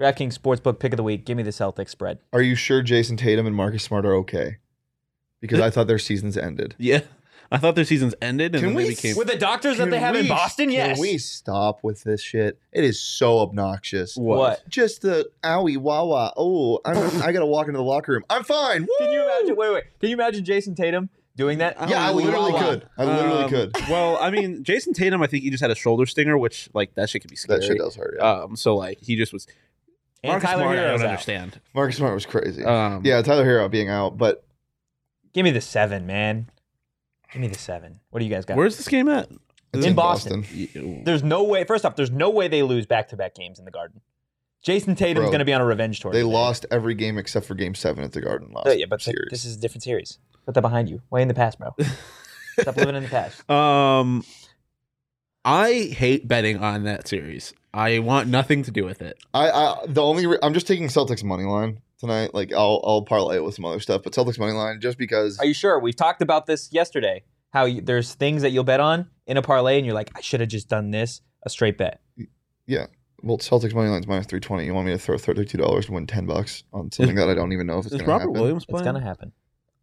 Speaker 1: DraftKings Sportsbook pick of the week. Give me the Celtics spread.
Speaker 3: Are you sure Jason Tatum and Marcus Smart are okay? Because I thought their seasons ended.
Speaker 2: Yeah. [LAUGHS] I thought their seasons ended and
Speaker 3: Can
Speaker 2: then they
Speaker 3: we
Speaker 2: became.
Speaker 3: With
Speaker 1: the doctors
Speaker 3: Can we- Can we stop with this shit? It is so obnoxious.
Speaker 1: What?
Speaker 3: Just the owie wawa. Oh, I'm, I gotta walk into the locker room. I'm fine. Woo!
Speaker 1: Can you imagine? Wait, wait. Can you imagine Jason Tatum doing that?
Speaker 3: Yeah, I
Speaker 2: Oh,
Speaker 3: literally
Speaker 2: wow.
Speaker 3: could. I literally
Speaker 2: Um,
Speaker 3: could.
Speaker 2: [LAUGHS] Well, I mean, Jason Tatum, I think he just had a shoulder stinger, which like that shit could be scary.
Speaker 3: That shit does hurt.
Speaker 1: Uh,
Speaker 3: Yeah.
Speaker 2: Um, so like he just was.
Speaker 1: And
Speaker 2: Marcus
Speaker 1: Tyler
Speaker 2: Smart, I
Speaker 1: Hero's
Speaker 2: don't
Speaker 1: out.
Speaker 2: understand.
Speaker 3: Marcus Smart was crazy.
Speaker 2: Um,
Speaker 3: yeah, Tyler Hero being out, but
Speaker 1: Give me the seven, man. Give me the seven. What do you guys got?
Speaker 2: Where's this game at?
Speaker 3: it's
Speaker 1: In
Speaker 3: in
Speaker 1: Boston.
Speaker 3: Boston.
Speaker 1: there's no way. First off, there's no way they lose back-to-back games in the Garden. Jason Tatum's
Speaker 3: Bro,
Speaker 1: going to be on a revenge tour.
Speaker 3: They
Speaker 1: today.
Speaker 3: lost every game except for Game Seven at the Garden last
Speaker 1: No, yeah, but th-
Speaker 3: series.
Speaker 1: this is a different series. Put that behind you. Way in the past,
Speaker 2: [LAUGHS]
Speaker 1: bro. Stop living in the past.
Speaker 2: Um, I hate betting on that series. I want nothing to do with it.
Speaker 3: I, I the only re- I'm just taking Celtics money line tonight. Like I'll I'll parlay it with some other stuff, but Celtics money line just because.
Speaker 1: Are you sure? We've talked about this yesterday. How you, there's things that you'll bet on in a parlay, and you're like, I should have just done this a straight bet.
Speaker 3: well, Celtics money line's minus three twenty. You want me to throw thirty two dollars to win ten bucks on something that I don't even know if it's
Speaker 2: Is
Speaker 3: going to
Speaker 2: Robert
Speaker 3: happen?
Speaker 2: Williams
Speaker 1: It's
Speaker 2: playing?
Speaker 1: gonna happen.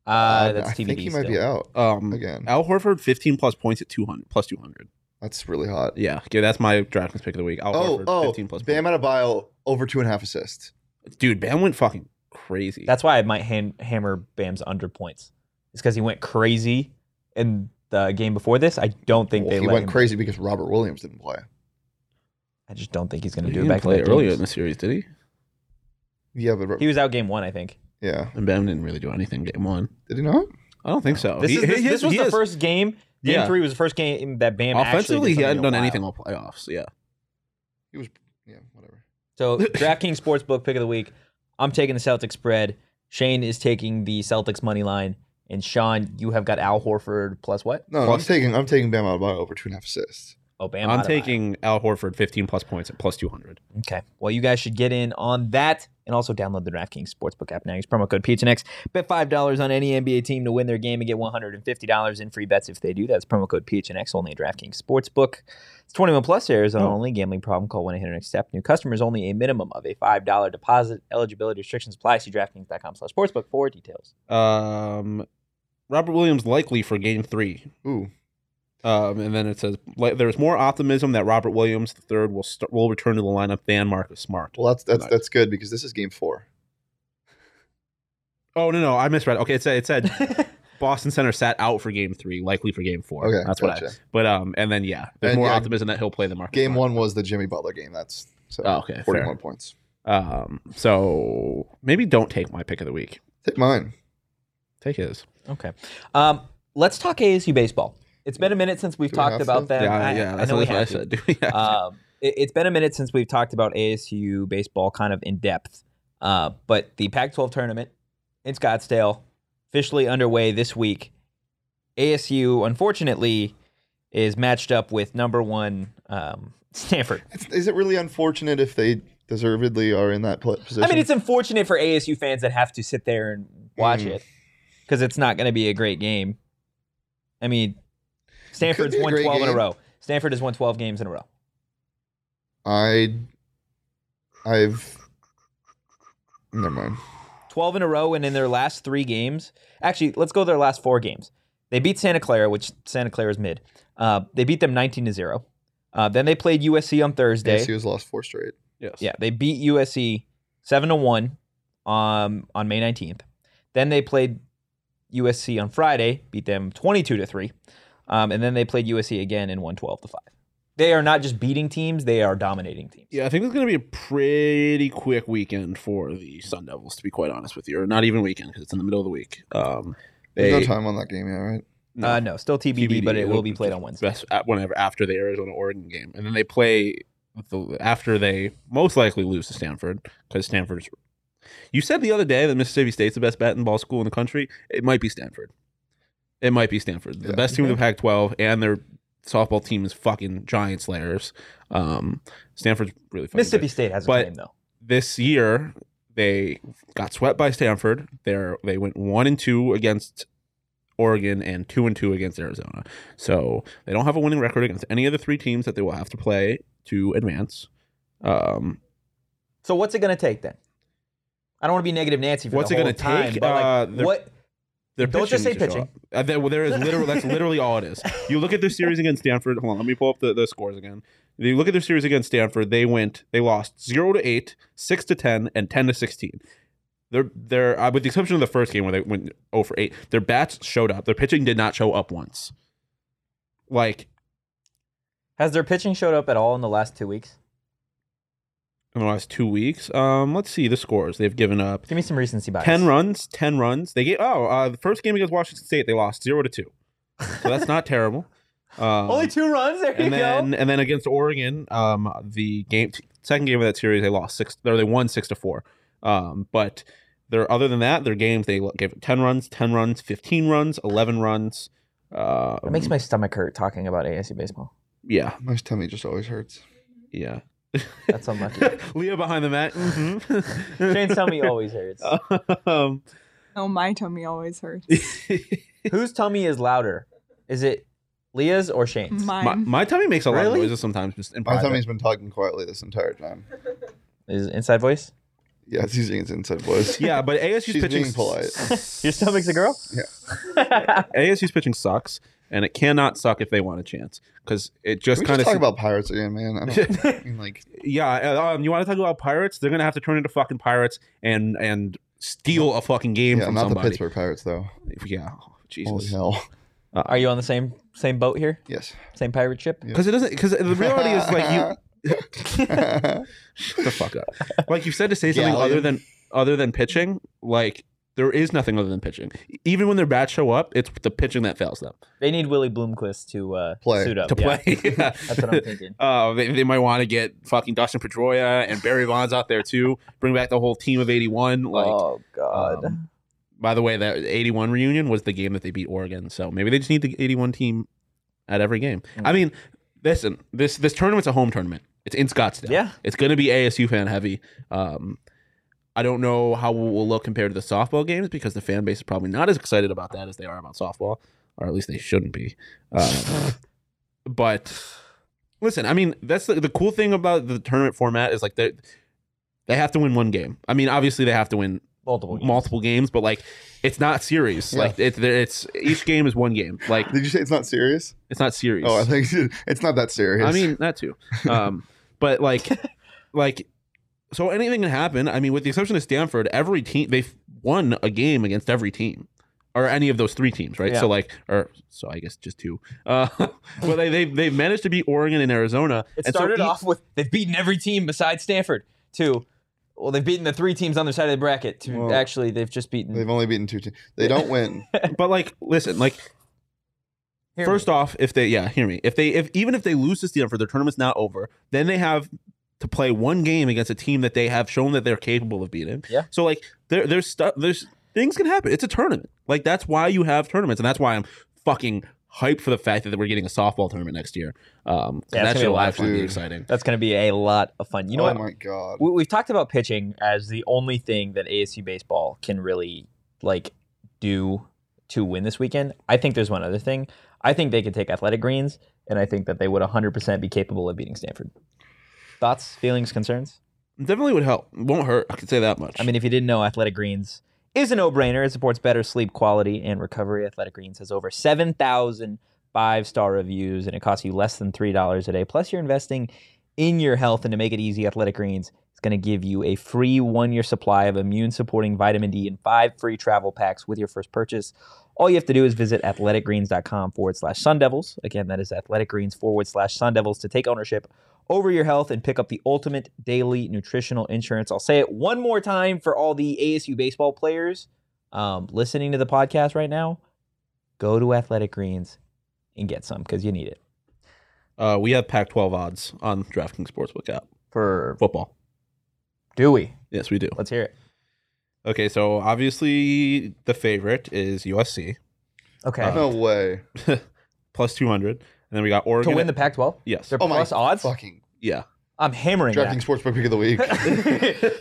Speaker 1: Uh,
Speaker 3: I-
Speaker 1: that's
Speaker 3: I
Speaker 1: TBD.
Speaker 3: think he might be
Speaker 1: still.
Speaker 3: out
Speaker 2: um,
Speaker 3: again.
Speaker 2: Al Horford, fifteen plus points at two hundred plus two hundred.
Speaker 3: That's really hot.
Speaker 2: Yeah, okay, that's my DraftKings pick of the week. Al
Speaker 3: Oh
Speaker 2: Horford,
Speaker 3: oh,
Speaker 2: fifteen plus.
Speaker 3: Bam out of bio over two and a half assists.
Speaker 2: points. Dude, Bam went fucking crazy.
Speaker 1: That's why I might hand, hammer Bam's under points. It's because he went crazy in the game before this. I don't think
Speaker 3: Well,
Speaker 1: they
Speaker 3: he
Speaker 1: let
Speaker 3: went
Speaker 1: him.
Speaker 3: crazy because Robert Williams didn't play.
Speaker 1: I just don't think he's gonna
Speaker 2: he
Speaker 1: do it
Speaker 2: didn't
Speaker 1: back
Speaker 2: play
Speaker 1: to
Speaker 2: earlier in the series, did he?
Speaker 3: Yeah, but
Speaker 1: He was out game one, I think.
Speaker 3: Yeah.
Speaker 2: And Bam didn't really do anything game one.
Speaker 3: Did he not?
Speaker 2: I don't think so.
Speaker 3: Oh,
Speaker 1: This,
Speaker 2: He-
Speaker 1: is, this,
Speaker 2: he-
Speaker 1: this was
Speaker 2: he
Speaker 1: the
Speaker 2: is-
Speaker 1: first game. Game
Speaker 2: Yeah.
Speaker 1: three was the first game that Bam actually did
Speaker 2: Offensively, he
Speaker 1: something
Speaker 2: hadn't
Speaker 1: in a
Speaker 2: done
Speaker 1: while.
Speaker 2: anything all playoffs. Yeah.
Speaker 3: He was. Yeah. Whatever.
Speaker 1: So DraftKings Sportsbook pick of the week. I'm taking the Celtics spread. Shane is taking the Celtics money line, and Sean, you have got Al Horford plus what?
Speaker 3: No,
Speaker 2: Plus-
Speaker 3: I'm taking I'm taking Bam Adebayo over two and a half assists.
Speaker 1: Oh, Bam.
Speaker 2: I'm
Speaker 1: Adebayo.
Speaker 2: taking Al Horford 15 plus points at plus 200.
Speaker 1: Okay. Well, you guys should get in on that and also download the DraftKings Sportsbook app now. Use promo code PHNX. Bet $5 on any NBA team to win their game and get $150 in free bets if they do. That's promo code PHNX only at DraftKings Sportsbook. It's 21 plus Arizona only. Gambling problem, call 1 800 next step. New customers only a minimum of a $5 deposit. Eligibility restrictions apply. See DraftKings.com slash sportsbook for details.
Speaker 2: Um, Robert Williams likely for game three.
Speaker 3: Oough.
Speaker 2: Um, and then it says like, there's more optimism that Robert Williams III will st- will return to the lineup than Marcus Smart.
Speaker 3: Well, that's that's
Speaker 2: Nice.
Speaker 3: that's good because this is game four.
Speaker 2: Oh no no I misread. Okay, it said
Speaker 1: [LAUGHS]
Speaker 2: it said Boston Center sat out for game three, likely for game four.
Speaker 3: Okay,
Speaker 2: that's what I.
Speaker 3: gotcha.
Speaker 2: But um and then yeah, there's
Speaker 3: And,
Speaker 2: more
Speaker 3: yeah,
Speaker 2: optimism that he'll play than Marcus.
Speaker 3: Game
Speaker 2: Smart.
Speaker 3: one was the Jimmy Butler game. That's so
Speaker 2: Oh, okay, fair.
Speaker 3: 41 points.
Speaker 2: Um, so maybe don't take my pick of the week.
Speaker 3: Take mine.
Speaker 2: Take his.
Speaker 1: Okay. Um, let's talk ASU baseball. It's been a minute since we've
Speaker 3: Do we
Speaker 1: talked
Speaker 3: have
Speaker 1: about
Speaker 3: to?
Speaker 1: them.
Speaker 2: yeah,
Speaker 1: I,
Speaker 2: yeah,
Speaker 1: I
Speaker 2: that's
Speaker 1: know we
Speaker 2: what I
Speaker 1: have to.
Speaker 2: said. [LAUGHS] yeah.
Speaker 1: um, it, has been a minute since we've talked about ASU baseball kind of in depth, uh, but the Pac-12 tournament in Scottsdale officially underway this week. ASU, unfortunately, is matched up with number one um, Stanford.
Speaker 3: It's, is it really unfortunate if they deservedly are in that pl- position?
Speaker 1: I mean, it's unfortunate for ASU fans that have to sit there and watch
Speaker 3: Mm.
Speaker 1: it because it's not going to be a great game. I mean, Stanford's
Speaker 3: be a
Speaker 1: won
Speaker 3: great
Speaker 1: 12 in a
Speaker 3: game.
Speaker 1: row. Stanford has won 12 games in a row.
Speaker 3: I. I've. Never mind.
Speaker 1: 12 in a row and in their last three games actually let's go their last four games they beat santa clara which santa clara's mid uh, they beat them 19 to 0 uh, then they played usc on thursday
Speaker 3: ASU has lost four straight.
Speaker 2: yes.
Speaker 1: yeah they beat usc 7 to 1 um, on may 19th then they played usc on friday beat them 22 to 3 um, and then they played usc again in 112 to 5 they are not just beating teams they are dominating teams
Speaker 2: Yeah, I think it's going to be a pretty quick weekend for the Sun Devils, to be quite honest with you. Or not even weekend because it's in the middle of the week. Um, they,
Speaker 3: There's no time on that game yet, right?
Speaker 2: no,
Speaker 1: Uh, no still tbd,
Speaker 2: TBD,
Speaker 1: but it will
Speaker 2: it'll-
Speaker 1: be played on wednesday
Speaker 2: best- at- whenever after the Arizona Oregon game, and then they play the, after they most likely lose to Stanford because Stanford's. You said the other day that Mississippi State's the best bat and ball school in the country. It might be Stanford. It might be Stanford, the
Speaker 3: Yeah.
Speaker 2: best
Speaker 1: [LAUGHS]
Speaker 2: team in the Pac-12, and their softball team is fucking giant slayers. Um, Stanford's really fucking
Speaker 1: mississippi
Speaker 2: good
Speaker 1: state has a
Speaker 2: But-
Speaker 1: claim though
Speaker 2: this year they got swept by Stanford. They're they went one and two against Oregon and two and two against Arizona. So they don't have a winning record against any of the three teams that they will have to play to advance. Um,
Speaker 1: So what's it going to take then? I don't want to be negative Nancy for
Speaker 2: What's
Speaker 1: the
Speaker 2: it
Speaker 1: whole
Speaker 2: gonna
Speaker 1: time,
Speaker 2: take?
Speaker 1: but like,
Speaker 2: Uh, the-
Speaker 1: what?
Speaker 2: their
Speaker 1: Don't just
Speaker 2: pitching
Speaker 1: say
Speaker 2: needs to show
Speaker 1: pitching.
Speaker 2: up. Uh, there- well, there is literal. That's literally all
Speaker 1: [LAUGHS]
Speaker 2: it is. You look at their series against Stanford. Hold on, let me pull up the, the scores again. You look at their series against Stanford. They went. They lost zero to eight, six to ten, and ten to sixteen. They're they're uh, with the exception of the first game where they went zero for eight. Their bats showed up. Their pitching did not show up once. Like
Speaker 1: Has their pitching showed up at all in the last two weeks?
Speaker 2: in the last two weeks. Um, let's see the scores they've given up.
Speaker 1: Give me some recency bias.
Speaker 2: Ten runs, ten runs. They get oh uh, the first game against Washington State they lost zero to two, so
Speaker 1: [LAUGHS]
Speaker 2: that's not terrible. Um,
Speaker 1: Only two runs.
Speaker 2: [LAUGHS]
Speaker 1: There you
Speaker 2: and then
Speaker 1: go.
Speaker 2: and then against Oregon, um, the game second game of that series, they lost six or they won six to four. Um, but they're other than that, their games they gave ten runs, ten runs, fifteen runs, eleven runs. Uh,
Speaker 1: It makes my stomach hurt talking about ASU baseball.
Speaker 2: yeah,
Speaker 3: My tummy just always hurts.
Speaker 2: yeah.
Speaker 1: That's unlucky.
Speaker 2: [LAUGHS] Leah behind the mat. [LAUGHS] mhm.
Speaker 1: Shane's tummy always hurts.
Speaker 2: um,
Speaker 4: Oh, my tummy always hurts.
Speaker 1: Whose tummy is louder? Is it Leah's or Shane's?
Speaker 4: Mine.
Speaker 2: [LAUGHS] my, my tummy makes a lot of
Speaker 1: Really?
Speaker 2: noises sometimes. Just in
Speaker 3: My
Speaker 2: private.
Speaker 3: tummy's been talking quietly this entire time.
Speaker 1: Is it inside voice?
Speaker 3: Yeah, it's using its inside voice.
Speaker 2: Yeah, but ASU's
Speaker 3: [LAUGHS] She's
Speaker 2: pitching
Speaker 3: being polite.
Speaker 1: Your stomach's a girl.
Speaker 2: ASU's pitching sucks, and it cannot suck if they want a chance because it
Speaker 3: Can
Speaker 2: just
Speaker 3: we
Speaker 2: kind
Speaker 3: just
Speaker 2: of
Speaker 3: talk about pirates again, man. I don't I
Speaker 2: [LAUGHS]
Speaker 3: mean, like
Speaker 2: Yeah, uh, um, you want to talk about pirates? They're gonna have to turn into fucking pirates and and steal a fucking game
Speaker 3: yeah,
Speaker 2: from
Speaker 3: not
Speaker 2: somebody.
Speaker 3: the Pittsburgh Pirates though.
Speaker 2: Yeah, Oh,
Speaker 3: Holy
Speaker 2: Jesus.
Speaker 3: hell. [LAUGHS]
Speaker 1: Are you on the same same boat here?
Speaker 3: Yes.
Speaker 1: Same pirate ship?
Speaker 2: Because it doesn't. Because the reality is [LAUGHS] like you. Shut the fuck up. Like you said to say something other
Speaker 3: Galleon.
Speaker 2: than other than pitching. Like There is nothing other than pitching. Even when their bats show up, it's the pitching that fails them
Speaker 1: They need Willie Bloomquist to uh,
Speaker 3: Play.
Speaker 1: suit up.
Speaker 2: to
Speaker 1: yeah.
Speaker 2: play. [LAUGHS] Yeah.
Speaker 1: That's what I'm thinking.
Speaker 2: Uh, they, they might want to get fucking Dustin Pedroia and Barry Bonds out there too. Bring back the whole team of 81. [LAUGHS] Like,
Speaker 1: oh God.
Speaker 2: um, by the way, that 81 reunion was the game that they beat Oregon. So maybe they just need the 81 team at every game. I mean, listen, this this tournament's a home tournament. It's in Scottsdale.
Speaker 1: Yeah.
Speaker 2: It's going to be ASU fan heavy. Um, I don't know how we'll look compared to the softball games because the fan base is probably not as excited about that as they are about softball, or at least they shouldn't be. Um, but listen, I mean, that's the, the cool thing about the tournament format is like they they have to win one game. I mean, obviously they have to win
Speaker 1: multiple. games.
Speaker 2: multiple games, but like it's not series.
Speaker 3: Yeah.
Speaker 2: Like it, there- it's each game is one game. Like
Speaker 3: Did you say it's not serious?
Speaker 2: it's not series.
Speaker 3: Oh, I think [LAUGHS] it's not that serious.
Speaker 2: I mean that too.
Speaker 3: [LAUGHS]
Speaker 2: Um, but like, like so anything can happen. I mean, with the exception of Stanford, every team they've won a game against every team. Or any of those three teams, right?
Speaker 1: Yeah.
Speaker 2: So like, or so I guess just two. Uh, [LAUGHS] but they they they managed to beat Oregon and Arizona.
Speaker 1: It
Speaker 2: And so
Speaker 1: started
Speaker 2: each-
Speaker 1: off with E they've beaten every team besides Stanford. Two. Well, they've beaten the three teams on their side of the bracket. To
Speaker 3: Well,
Speaker 1: actually, they've just beaten.
Speaker 3: They've only beaten two teams. They don't
Speaker 2: [LAUGHS]
Speaker 3: win.
Speaker 2: But like, listen, like
Speaker 1: Hear
Speaker 2: First
Speaker 1: me.
Speaker 2: off, if they yeah, hear me. If they if even if they lose to Stanford, their tournament's not over. Then they have to play one game against a team that they have shown that they're capable of beating.
Speaker 1: Yeah.
Speaker 2: So like there there's stuff there's things can happen. It's a tournament. Like that's why you have tournaments, and that's why I'm fucking hyped for the fact that we're getting a softball tournament next year. Um,
Speaker 1: Yeah, it's gonna
Speaker 2: that
Speaker 1: be
Speaker 2: shit
Speaker 1: a
Speaker 2: will
Speaker 1: lot,
Speaker 2: actually be
Speaker 3: dude.
Speaker 2: exciting.
Speaker 1: that's going to be a lot of fun. You know
Speaker 3: oh
Speaker 1: what?
Speaker 3: my god.
Speaker 1: we, we've talked about pitching as the only thing that ASU baseball can really like do to win this weekend. I think there's one other thing. I think they could take athletic greens, and I think that they would 100% be capable of beating Stanford. Thoughts, feelings, concerns?
Speaker 2: Definitely would help. Won't hurt. I can say that much.
Speaker 1: I mean, if you didn't know, Athletic Greens is a no-brainer. It supports better sleep quality and recovery. Athletic Greens has over 7,000 five-star reviews, and it costs you less than $3 a day. Plus, you're investing in your health, and to make it easy, Athletic Greens is going to give you a free one-year supply of immune-supporting vitamin D and five free travel packs with your first purchase. All you have to do is visit athleticgreens.com forward slash sun devils. Again, that is athleticgreens forward slash sun devils to take ownership over your health and pick up the ultimate daily nutritional insurance. I'll say it one more time for all the ASU baseball players um, listening to the podcast right now. Go to Athletic Greens and get some because you need it
Speaker 2: uh, we have Pac-12 odds on DraftKings Sportsbook app
Speaker 1: for
Speaker 2: football.
Speaker 1: Dewey.
Speaker 2: Yes, we do.
Speaker 1: Let's hear it.
Speaker 2: Okay, so obviously the favorite is USC.
Speaker 1: Okay.
Speaker 3: no way.
Speaker 2: plus 200 and then we got
Speaker 1: to
Speaker 2: Oregon
Speaker 1: win the Pac-12,
Speaker 2: yes
Speaker 1: they're
Speaker 3: Oh my
Speaker 1: plus odds.
Speaker 3: fucking
Speaker 2: yeah
Speaker 1: I'm hammering
Speaker 3: drafting
Speaker 1: it.
Speaker 3: sportsbook pick of
Speaker 2: [LAUGHS]
Speaker 3: the week.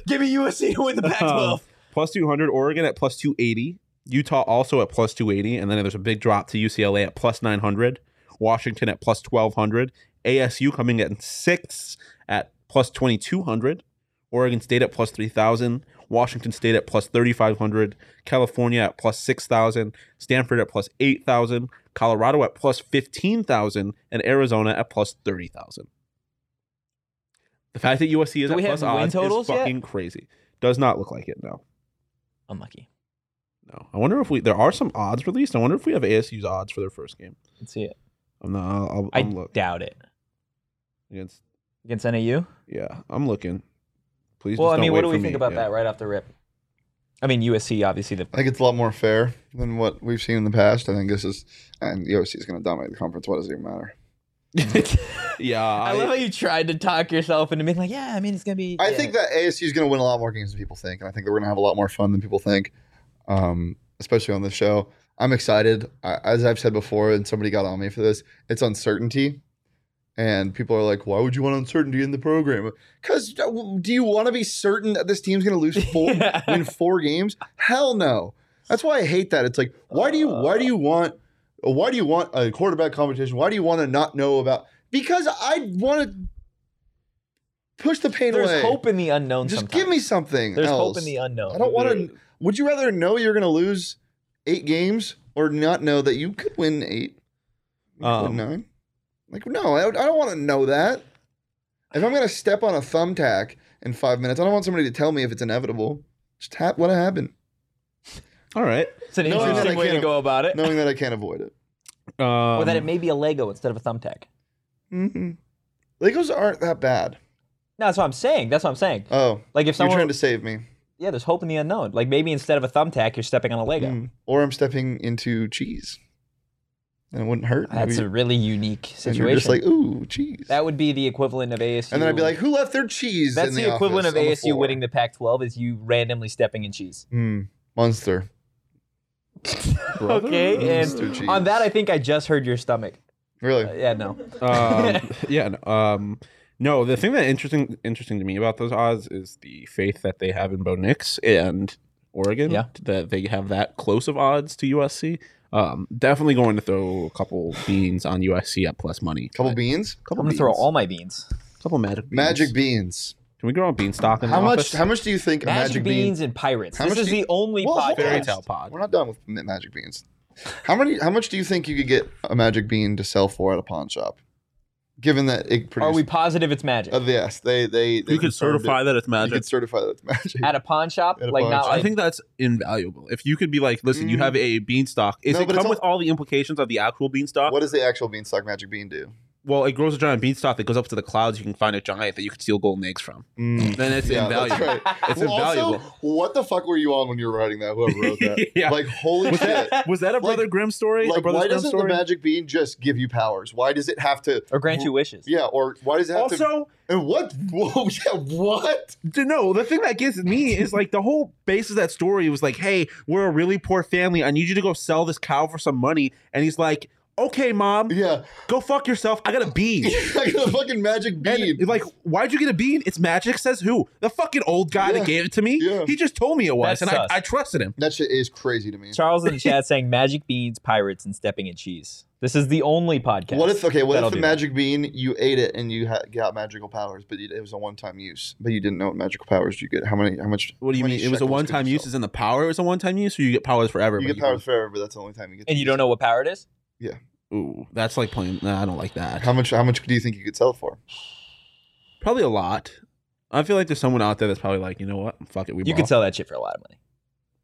Speaker 1: Give me USC to win the Pac-12.
Speaker 2: Um, plus 200 Oregon at plus 280 Utah also at plus 280 and then there's a big drop to UCLA at plus 900 Washington at plus 1200 ASU coming in sixth at plus 2200 Oregon State at plus 3000 Washington State at plus 3500 California at plus 6000 Stanford at plus 8000 Colorado at plus 15,000 and Arizona at plus 30,000. The fact that USC is
Speaker 1: Do
Speaker 2: at
Speaker 1: we have
Speaker 2: plus
Speaker 1: win
Speaker 2: odds is
Speaker 1: totals yet?
Speaker 2: fucking crazy. Does not look like it. No,
Speaker 1: Unlucky.
Speaker 2: no. I wonder if we there are some odds released. I wonder if we have ASU's odds for their first game.
Speaker 1: Let's see it.
Speaker 2: I'm not. I'll, I'll,
Speaker 1: I
Speaker 2: I'm look
Speaker 1: doubt it
Speaker 2: against.
Speaker 1: against NAU.
Speaker 2: Yeah, I'm looking. Please.
Speaker 1: Well,
Speaker 2: just
Speaker 1: I
Speaker 2: don't
Speaker 1: mean,
Speaker 2: wait
Speaker 1: what do
Speaker 2: for
Speaker 1: we
Speaker 2: me.
Speaker 1: think about
Speaker 2: Yeah.
Speaker 1: that right off the rip? I mean, USC obviously the
Speaker 3: I think it's a lot more fair than what we've seen in the past. I think this is, and the OC is going to dominate the conference. What does it even matter?
Speaker 2: [LAUGHS] Yeah,
Speaker 1: I love how you tried to talk yourself into being like, yeah, I mean, it's gonna be.
Speaker 3: I
Speaker 1: yeah.
Speaker 3: think that ASU is going to win a lot more games than people think, and I think that we're going to have a lot more fun than people think, um, especially on this show. I'm excited. I, as I've said before, and somebody got on me for this, it's uncertainty. And people are like, why would you want uncertainty in the program? Because do you want to be certain that this team's going to lose four, win four games? Hell no. That's why I hate that. It's like, why do you, why do you want, why do you want a quarterback competition? Why do you want to not know about? Because I want to push the pain
Speaker 1: there's
Speaker 3: away.
Speaker 1: hope in the unknown.
Speaker 3: Just
Speaker 1: sometimes.
Speaker 3: give me something.
Speaker 1: There's
Speaker 3: else.
Speaker 1: hope in the unknown.
Speaker 3: I don't want to. Would you rather know you're going to lose eight games or not know that you could win eight, You could
Speaker 2: Um,
Speaker 3: win nine? Like no, I don't, I don't want to know that. If I'm going to step on a thumbtack in five minutes, I don't want somebody to tell me if it's inevitable. Just ha- what happened,
Speaker 2: All right.
Speaker 1: It's an
Speaker 3: No, I
Speaker 1: interesting
Speaker 3: can't-
Speaker 1: way to go about it.
Speaker 3: knowing that I can't avoid it.
Speaker 2: Um,
Speaker 1: or that it may be a Lego instead of a thumbtack.
Speaker 3: Mm-hmm. Legos aren't that bad.
Speaker 1: No, that's what I'm saying. That's what I'm saying.
Speaker 3: Oh,
Speaker 1: Like if
Speaker 3: you're
Speaker 1: someone,
Speaker 3: trying to save me.
Speaker 1: yeah, there's hope in the unknown. Like maybe instead of a thumbtack, you're stepping on a Lego.
Speaker 3: Mm. Or I'm stepping into cheese, and it wouldn't hurt.
Speaker 1: That's
Speaker 3: Maybe-
Speaker 1: a really unique
Speaker 3: and
Speaker 1: situation.
Speaker 3: you're just like, ooh, cheese.
Speaker 1: that would be the equivalent of ASU.
Speaker 3: and then I'd be like, who left their cheese?
Speaker 1: that's
Speaker 3: in
Speaker 1: the,
Speaker 3: the,
Speaker 1: equivalent
Speaker 3: office
Speaker 1: of
Speaker 3: on the
Speaker 1: ASU
Speaker 3: floor?"
Speaker 1: winning the Pac-12 is you randomly stepping in cheese.
Speaker 3: Mm, Munster.
Speaker 1: okay,
Speaker 3: Mr.
Speaker 1: and
Speaker 3: Cheese.
Speaker 1: on that, I think I just heard your stomach.
Speaker 3: Really?
Speaker 1: Uh, yeah, no. [LAUGHS]
Speaker 2: um, yeah. no, Um, no, the thing that interesting interesting to me about those odds is the faith that they have in Bo Nix and Oregon.
Speaker 1: Yeah.
Speaker 2: that they have that close of odds to USC. Um, definitely going to throw a couple beans on USC at plus money.
Speaker 1: uh,
Speaker 3: Couple beans.
Speaker 2: couple
Speaker 1: I'm gonna
Speaker 2: beans.
Speaker 1: throw all my beans.
Speaker 2: couple magic beans.
Speaker 3: Magic beans.
Speaker 2: Can we grow a bean stock in
Speaker 3: How
Speaker 2: the
Speaker 3: much?
Speaker 2: office?
Speaker 3: How much do you think a
Speaker 1: Magic,
Speaker 3: magic bean-
Speaker 1: beans and pirates.
Speaker 3: How
Speaker 1: this
Speaker 3: much
Speaker 1: is
Speaker 3: do you-
Speaker 1: the only
Speaker 3: Well, hold
Speaker 2: Fairy
Speaker 3: on.
Speaker 1: podcast.
Speaker 2: tale pod.
Speaker 3: We're not done with ma- magic beans. How many? How much do you think you could get a magic bean to sell for at a pawn shop? Given that it produced,
Speaker 1: Are we positive it's magic?
Speaker 3: Uh, yes, they they, they
Speaker 2: You could
Speaker 3: confirmed it.
Speaker 2: certify that it's
Speaker 3: You
Speaker 2: magic.
Speaker 3: could certify that it's magic.
Speaker 1: At a pawn shop,
Speaker 3: At a
Speaker 1: like
Speaker 3: pawn
Speaker 1: not
Speaker 3: shop.
Speaker 1: like
Speaker 2: I think that's invaluable. If you could be like, listen, you
Speaker 3: Mm.
Speaker 2: have a beanstalk. Is
Speaker 3: No,
Speaker 2: it
Speaker 3: but
Speaker 2: come
Speaker 3: it's
Speaker 2: with all the implications of the actual beanstalk?
Speaker 3: what does the actual beanstalk magic bean do?
Speaker 2: well, it grows a giant beanstalk that goes up to the clouds. You can find a giant that you can steal golden eggs from. Then it's
Speaker 3: Mm. Yeah, that's
Speaker 2: invaluable.
Speaker 3: right.
Speaker 2: [LAUGHS] It's
Speaker 3: Well,
Speaker 2: invaluable.
Speaker 3: [LAUGHS] Also, what the fuck were you on when you were writing that? Whoever wrote that,
Speaker 2: [LAUGHS] yeah.
Speaker 3: like holy
Speaker 2: was
Speaker 3: shit!
Speaker 2: [LAUGHS] that was that a Brother Grimm story? a
Speaker 3: Like,
Speaker 2: Brother
Speaker 3: why
Speaker 2: Grimm
Speaker 3: doesn't
Speaker 2: story?
Speaker 3: the magic bean just give you powers? Why does it have to?
Speaker 1: or grant you wishes.
Speaker 3: Yeah, or why does it have to?
Speaker 2: also,
Speaker 3: And what? [LAUGHS] Whoa, yeah, what?
Speaker 2: d- no. The thing that gets me is like the whole basis of that story was like, "Hey, we're a really poor family. I need you to go sell this cow for some money." And he's like, "Okay, mom,
Speaker 3: Yeah, [LAUGHS]
Speaker 2: go fuck yourself. I got a bean."
Speaker 3: like the fucking magic bean.
Speaker 2: And like, why'd you get a bean? It's magic. Says who? The fucking old guy
Speaker 3: Yeah.
Speaker 2: that gave it to me.
Speaker 3: Yeah.
Speaker 2: He just told me it was,
Speaker 1: That's
Speaker 2: and
Speaker 1: sus.
Speaker 2: I, I trusted him.
Speaker 3: that shit is crazy to me.
Speaker 1: Charles
Speaker 3: [LAUGHS]
Speaker 1: in the chat saying magic beans, pirates, and stepping in cheese. This is the only podcast.
Speaker 3: What if okay? What
Speaker 1: that'll
Speaker 3: if the
Speaker 1: do that.
Speaker 3: magic bean you ate it and you ha- got magical powers, but you, it was a one-time use, but you didn't know what magical powers you get? How many? How much?
Speaker 2: What do you
Speaker 3: how
Speaker 2: mean?
Speaker 3: many
Speaker 2: It was a
Speaker 3: shekels could
Speaker 2: one time
Speaker 3: you
Speaker 2: use.
Speaker 3: sell?
Speaker 2: Is in the power? It was a one time use, or you get powers forever.
Speaker 3: You
Speaker 2: but
Speaker 3: get powers forever, but that's the only time you get.
Speaker 1: And
Speaker 3: to
Speaker 1: you
Speaker 3: use
Speaker 1: don't
Speaker 3: it.
Speaker 1: know what power it is?
Speaker 2: Ooh, that's like playing. Nah, I don't like that.
Speaker 3: how much. How much do you think you could sell for?
Speaker 2: Probably a lot. I feel like there's someone out there that's probably like, you know what? Fuck it. We
Speaker 1: You
Speaker 2: ball.
Speaker 1: could sell that shit for a lot of money.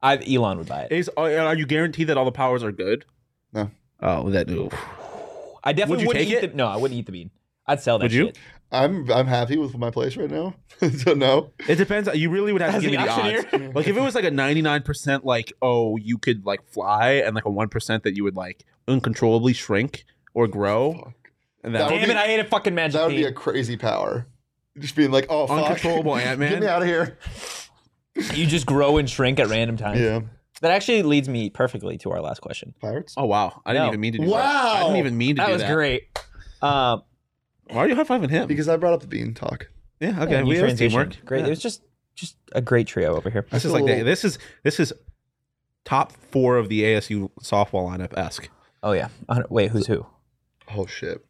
Speaker 1: I Elon would buy it.
Speaker 2: Is are, are you guaranteed that all the powers are good?
Speaker 3: No.
Speaker 2: Oh, that. Ooh.
Speaker 1: I definitely
Speaker 2: you
Speaker 1: would not
Speaker 2: take
Speaker 1: eat
Speaker 2: it?
Speaker 1: the no, I wouldn't eat the bean. I'd sell that
Speaker 2: Would you?
Speaker 1: shit.
Speaker 3: I'm I'm happy with my place right now. [LAUGHS] so no.
Speaker 2: It depends. You really would have to
Speaker 1: As
Speaker 2: give me
Speaker 1: the
Speaker 2: the odds.
Speaker 1: auctioneer?
Speaker 2: Like if it was like a 99% like oh you could like fly and like a 1% that you would like uncontrollably shrink or grow and that,
Speaker 3: That would
Speaker 1: Damn
Speaker 3: be-
Speaker 1: it, I ate a fucking magic
Speaker 3: That would
Speaker 1: bean.
Speaker 3: be a crazy power. Just being like, oh, fuck. [LAUGHS]
Speaker 2: Uncontrollable
Speaker 3: Get
Speaker 2: Ant-Man.
Speaker 3: me out of here.
Speaker 1: You just grow and shrink at random times.
Speaker 3: Yeah,
Speaker 1: That actually leads me perfectly to our last question.
Speaker 3: pirates.
Speaker 2: oh wow. I didn't
Speaker 1: No.
Speaker 2: even mean to do that. I
Speaker 3: Wow.
Speaker 2: didn't even mean to
Speaker 1: That
Speaker 2: do
Speaker 1: was
Speaker 2: that.
Speaker 1: great. Um,
Speaker 2: Why are you high-fiving him?
Speaker 3: Because I brought up the bean talk.
Speaker 2: yeah, okay.
Speaker 1: and
Speaker 2: we
Speaker 1: you
Speaker 2: have teamwork.
Speaker 1: transitioned. Great.
Speaker 2: Yeah.
Speaker 1: It was just just a great trio over here.
Speaker 2: This
Speaker 3: I
Speaker 2: is
Speaker 3: feel
Speaker 2: like
Speaker 3: a
Speaker 2: the,
Speaker 3: little-
Speaker 2: this is this is top 4 of the ASU softball lineup esque.
Speaker 1: Oh yeah. Uh, Wait, who's who?
Speaker 3: Oh shit.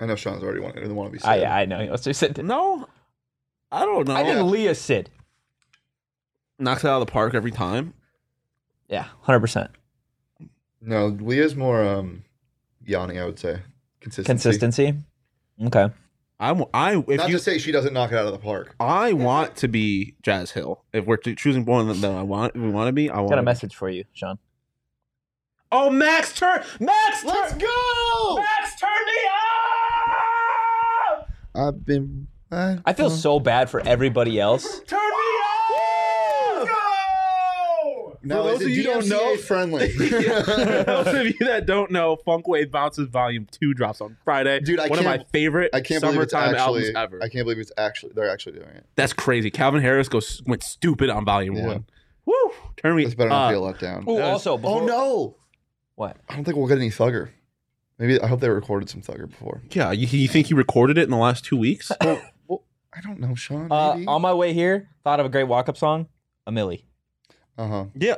Speaker 3: I know Sean's already wanted. Doesn't want to be.
Speaker 1: I
Speaker 3: sad.
Speaker 1: I know. Let's just sit.
Speaker 2: No. I don't know.
Speaker 1: I think Leah Sid.
Speaker 2: [LAUGHS] Knocks it out of the park every time.
Speaker 1: Yeah, hundred percent
Speaker 3: No, Leah's more um, Yanni. I would say consistency.
Speaker 1: consistency. Okay.
Speaker 2: I'm I if
Speaker 3: Not
Speaker 2: you
Speaker 3: to say she doesn't knock it out of the park.
Speaker 2: I want to be Jazz Hill. If we're cho- choosing one that I want, we want to be. I want.
Speaker 1: Got a message for you, Sean.
Speaker 2: Oh, Max turn. Max turn.
Speaker 3: Let's go!
Speaker 2: Max turn the up.
Speaker 3: I've been. uh, I,
Speaker 1: I
Speaker 2: Mm-hmm.
Speaker 1: feel so bad for everybody else.
Speaker 2: Turn me up. Go.
Speaker 3: now,
Speaker 2: those
Speaker 3: is it
Speaker 2: of you who don't
Speaker 3: DMCA
Speaker 2: know- [LAUGHS] For
Speaker 3: friendly. [LAUGHS]
Speaker 2: those of you that don't know, Funk Wave Bounces Volume Two drops on Friday.
Speaker 3: Dude, I
Speaker 2: one of
Speaker 3: can't-
Speaker 2: my favorite
Speaker 3: I can't believe it's
Speaker 2: summertime albums
Speaker 3: actually.
Speaker 2: ever.
Speaker 3: I can't believe it's actually. They're actually doing it.
Speaker 2: That's crazy. Calvin Harris goes went stupid on Volume
Speaker 3: Yeah.
Speaker 2: One. Woo! Turn me
Speaker 3: This better not
Speaker 2: up.
Speaker 3: be a letdown.
Speaker 1: Oh,
Speaker 2: That was-
Speaker 1: also, before,
Speaker 3: Oh no!
Speaker 1: What?
Speaker 3: I don't think we'll get any Thugger. Maybe I hope they recorded some Thugger before.
Speaker 2: yeah, you, you think he recorded it in the last two
Speaker 3: [LAUGHS]
Speaker 2: weeks?
Speaker 3: Well, well, I don't know, Sean.
Speaker 1: Uh,
Speaker 3: Maybe.
Speaker 1: on my way here, thought of a great walk-up song. A Millie.
Speaker 3: uh huh.
Speaker 2: yeah,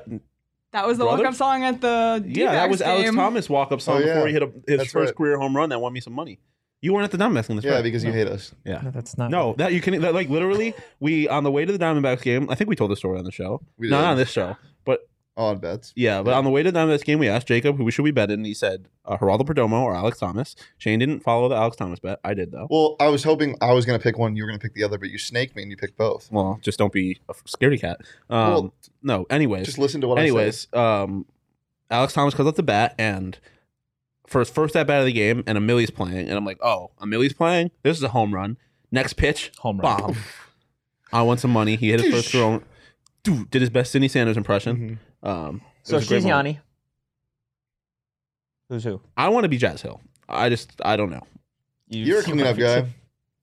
Speaker 4: That was the
Speaker 2: Brother?
Speaker 4: walk up song at the D
Speaker 2: Yeah, that was Alex
Speaker 4: game.
Speaker 2: Thomas' walk up song
Speaker 3: Oh, yeah.
Speaker 2: before he hit a, his
Speaker 3: That's
Speaker 2: first
Speaker 3: right.
Speaker 2: career home run that won me some money. You weren't at the Diamondbacks game this
Speaker 3: Yeah,
Speaker 2: right?
Speaker 3: because you hate us.
Speaker 2: yeah.
Speaker 1: that's not.
Speaker 2: No, that you can that, like literally. We on the way to the Diamondbacks game. I think we told the story on the show.
Speaker 3: We
Speaker 2: No,
Speaker 3: did.
Speaker 2: not on this show, but
Speaker 3: Odd bets.
Speaker 2: yeah. But on the way to the Diamondbacks game, we asked Jacob who should we bet, in, and he said uh, Geraldo Perdomo or Alex Thomas. Shane didn't follow the Alex Thomas bet. I did though.
Speaker 3: Well, I was hoping I was gonna pick one, you were gonna pick the other, but you snaked me and you picked both.
Speaker 2: Well, just don't be a scaredy cat. Um,
Speaker 3: Well,
Speaker 2: no. Anyways,
Speaker 3: Just listen to what I said.
Speaker 2: Anyways, um, Alex Thomas comes up the bat and for his first at bat of the game, and Ameli's playing, and I'm like, oh, Ameli's playing. This is a home run. Next pitch,
Speaker 1: Home run.
Speaker 2: bomb. I want some money. He hit his first throw. Dude, did his best Sidney Sanders impression.
Speaker 3: Mhm.
Speaker 2: Um, it
Speaker 1: So
Speaker 2: was a great
Speaker 1: she's
Speaker 2: moment.
Speaker 1: Yanni. Who's who?
Speaker 2: I want to be Jazz Hill. I just I don't know.
Speaker 1: You
Speaker 3: You're a cleanup guy.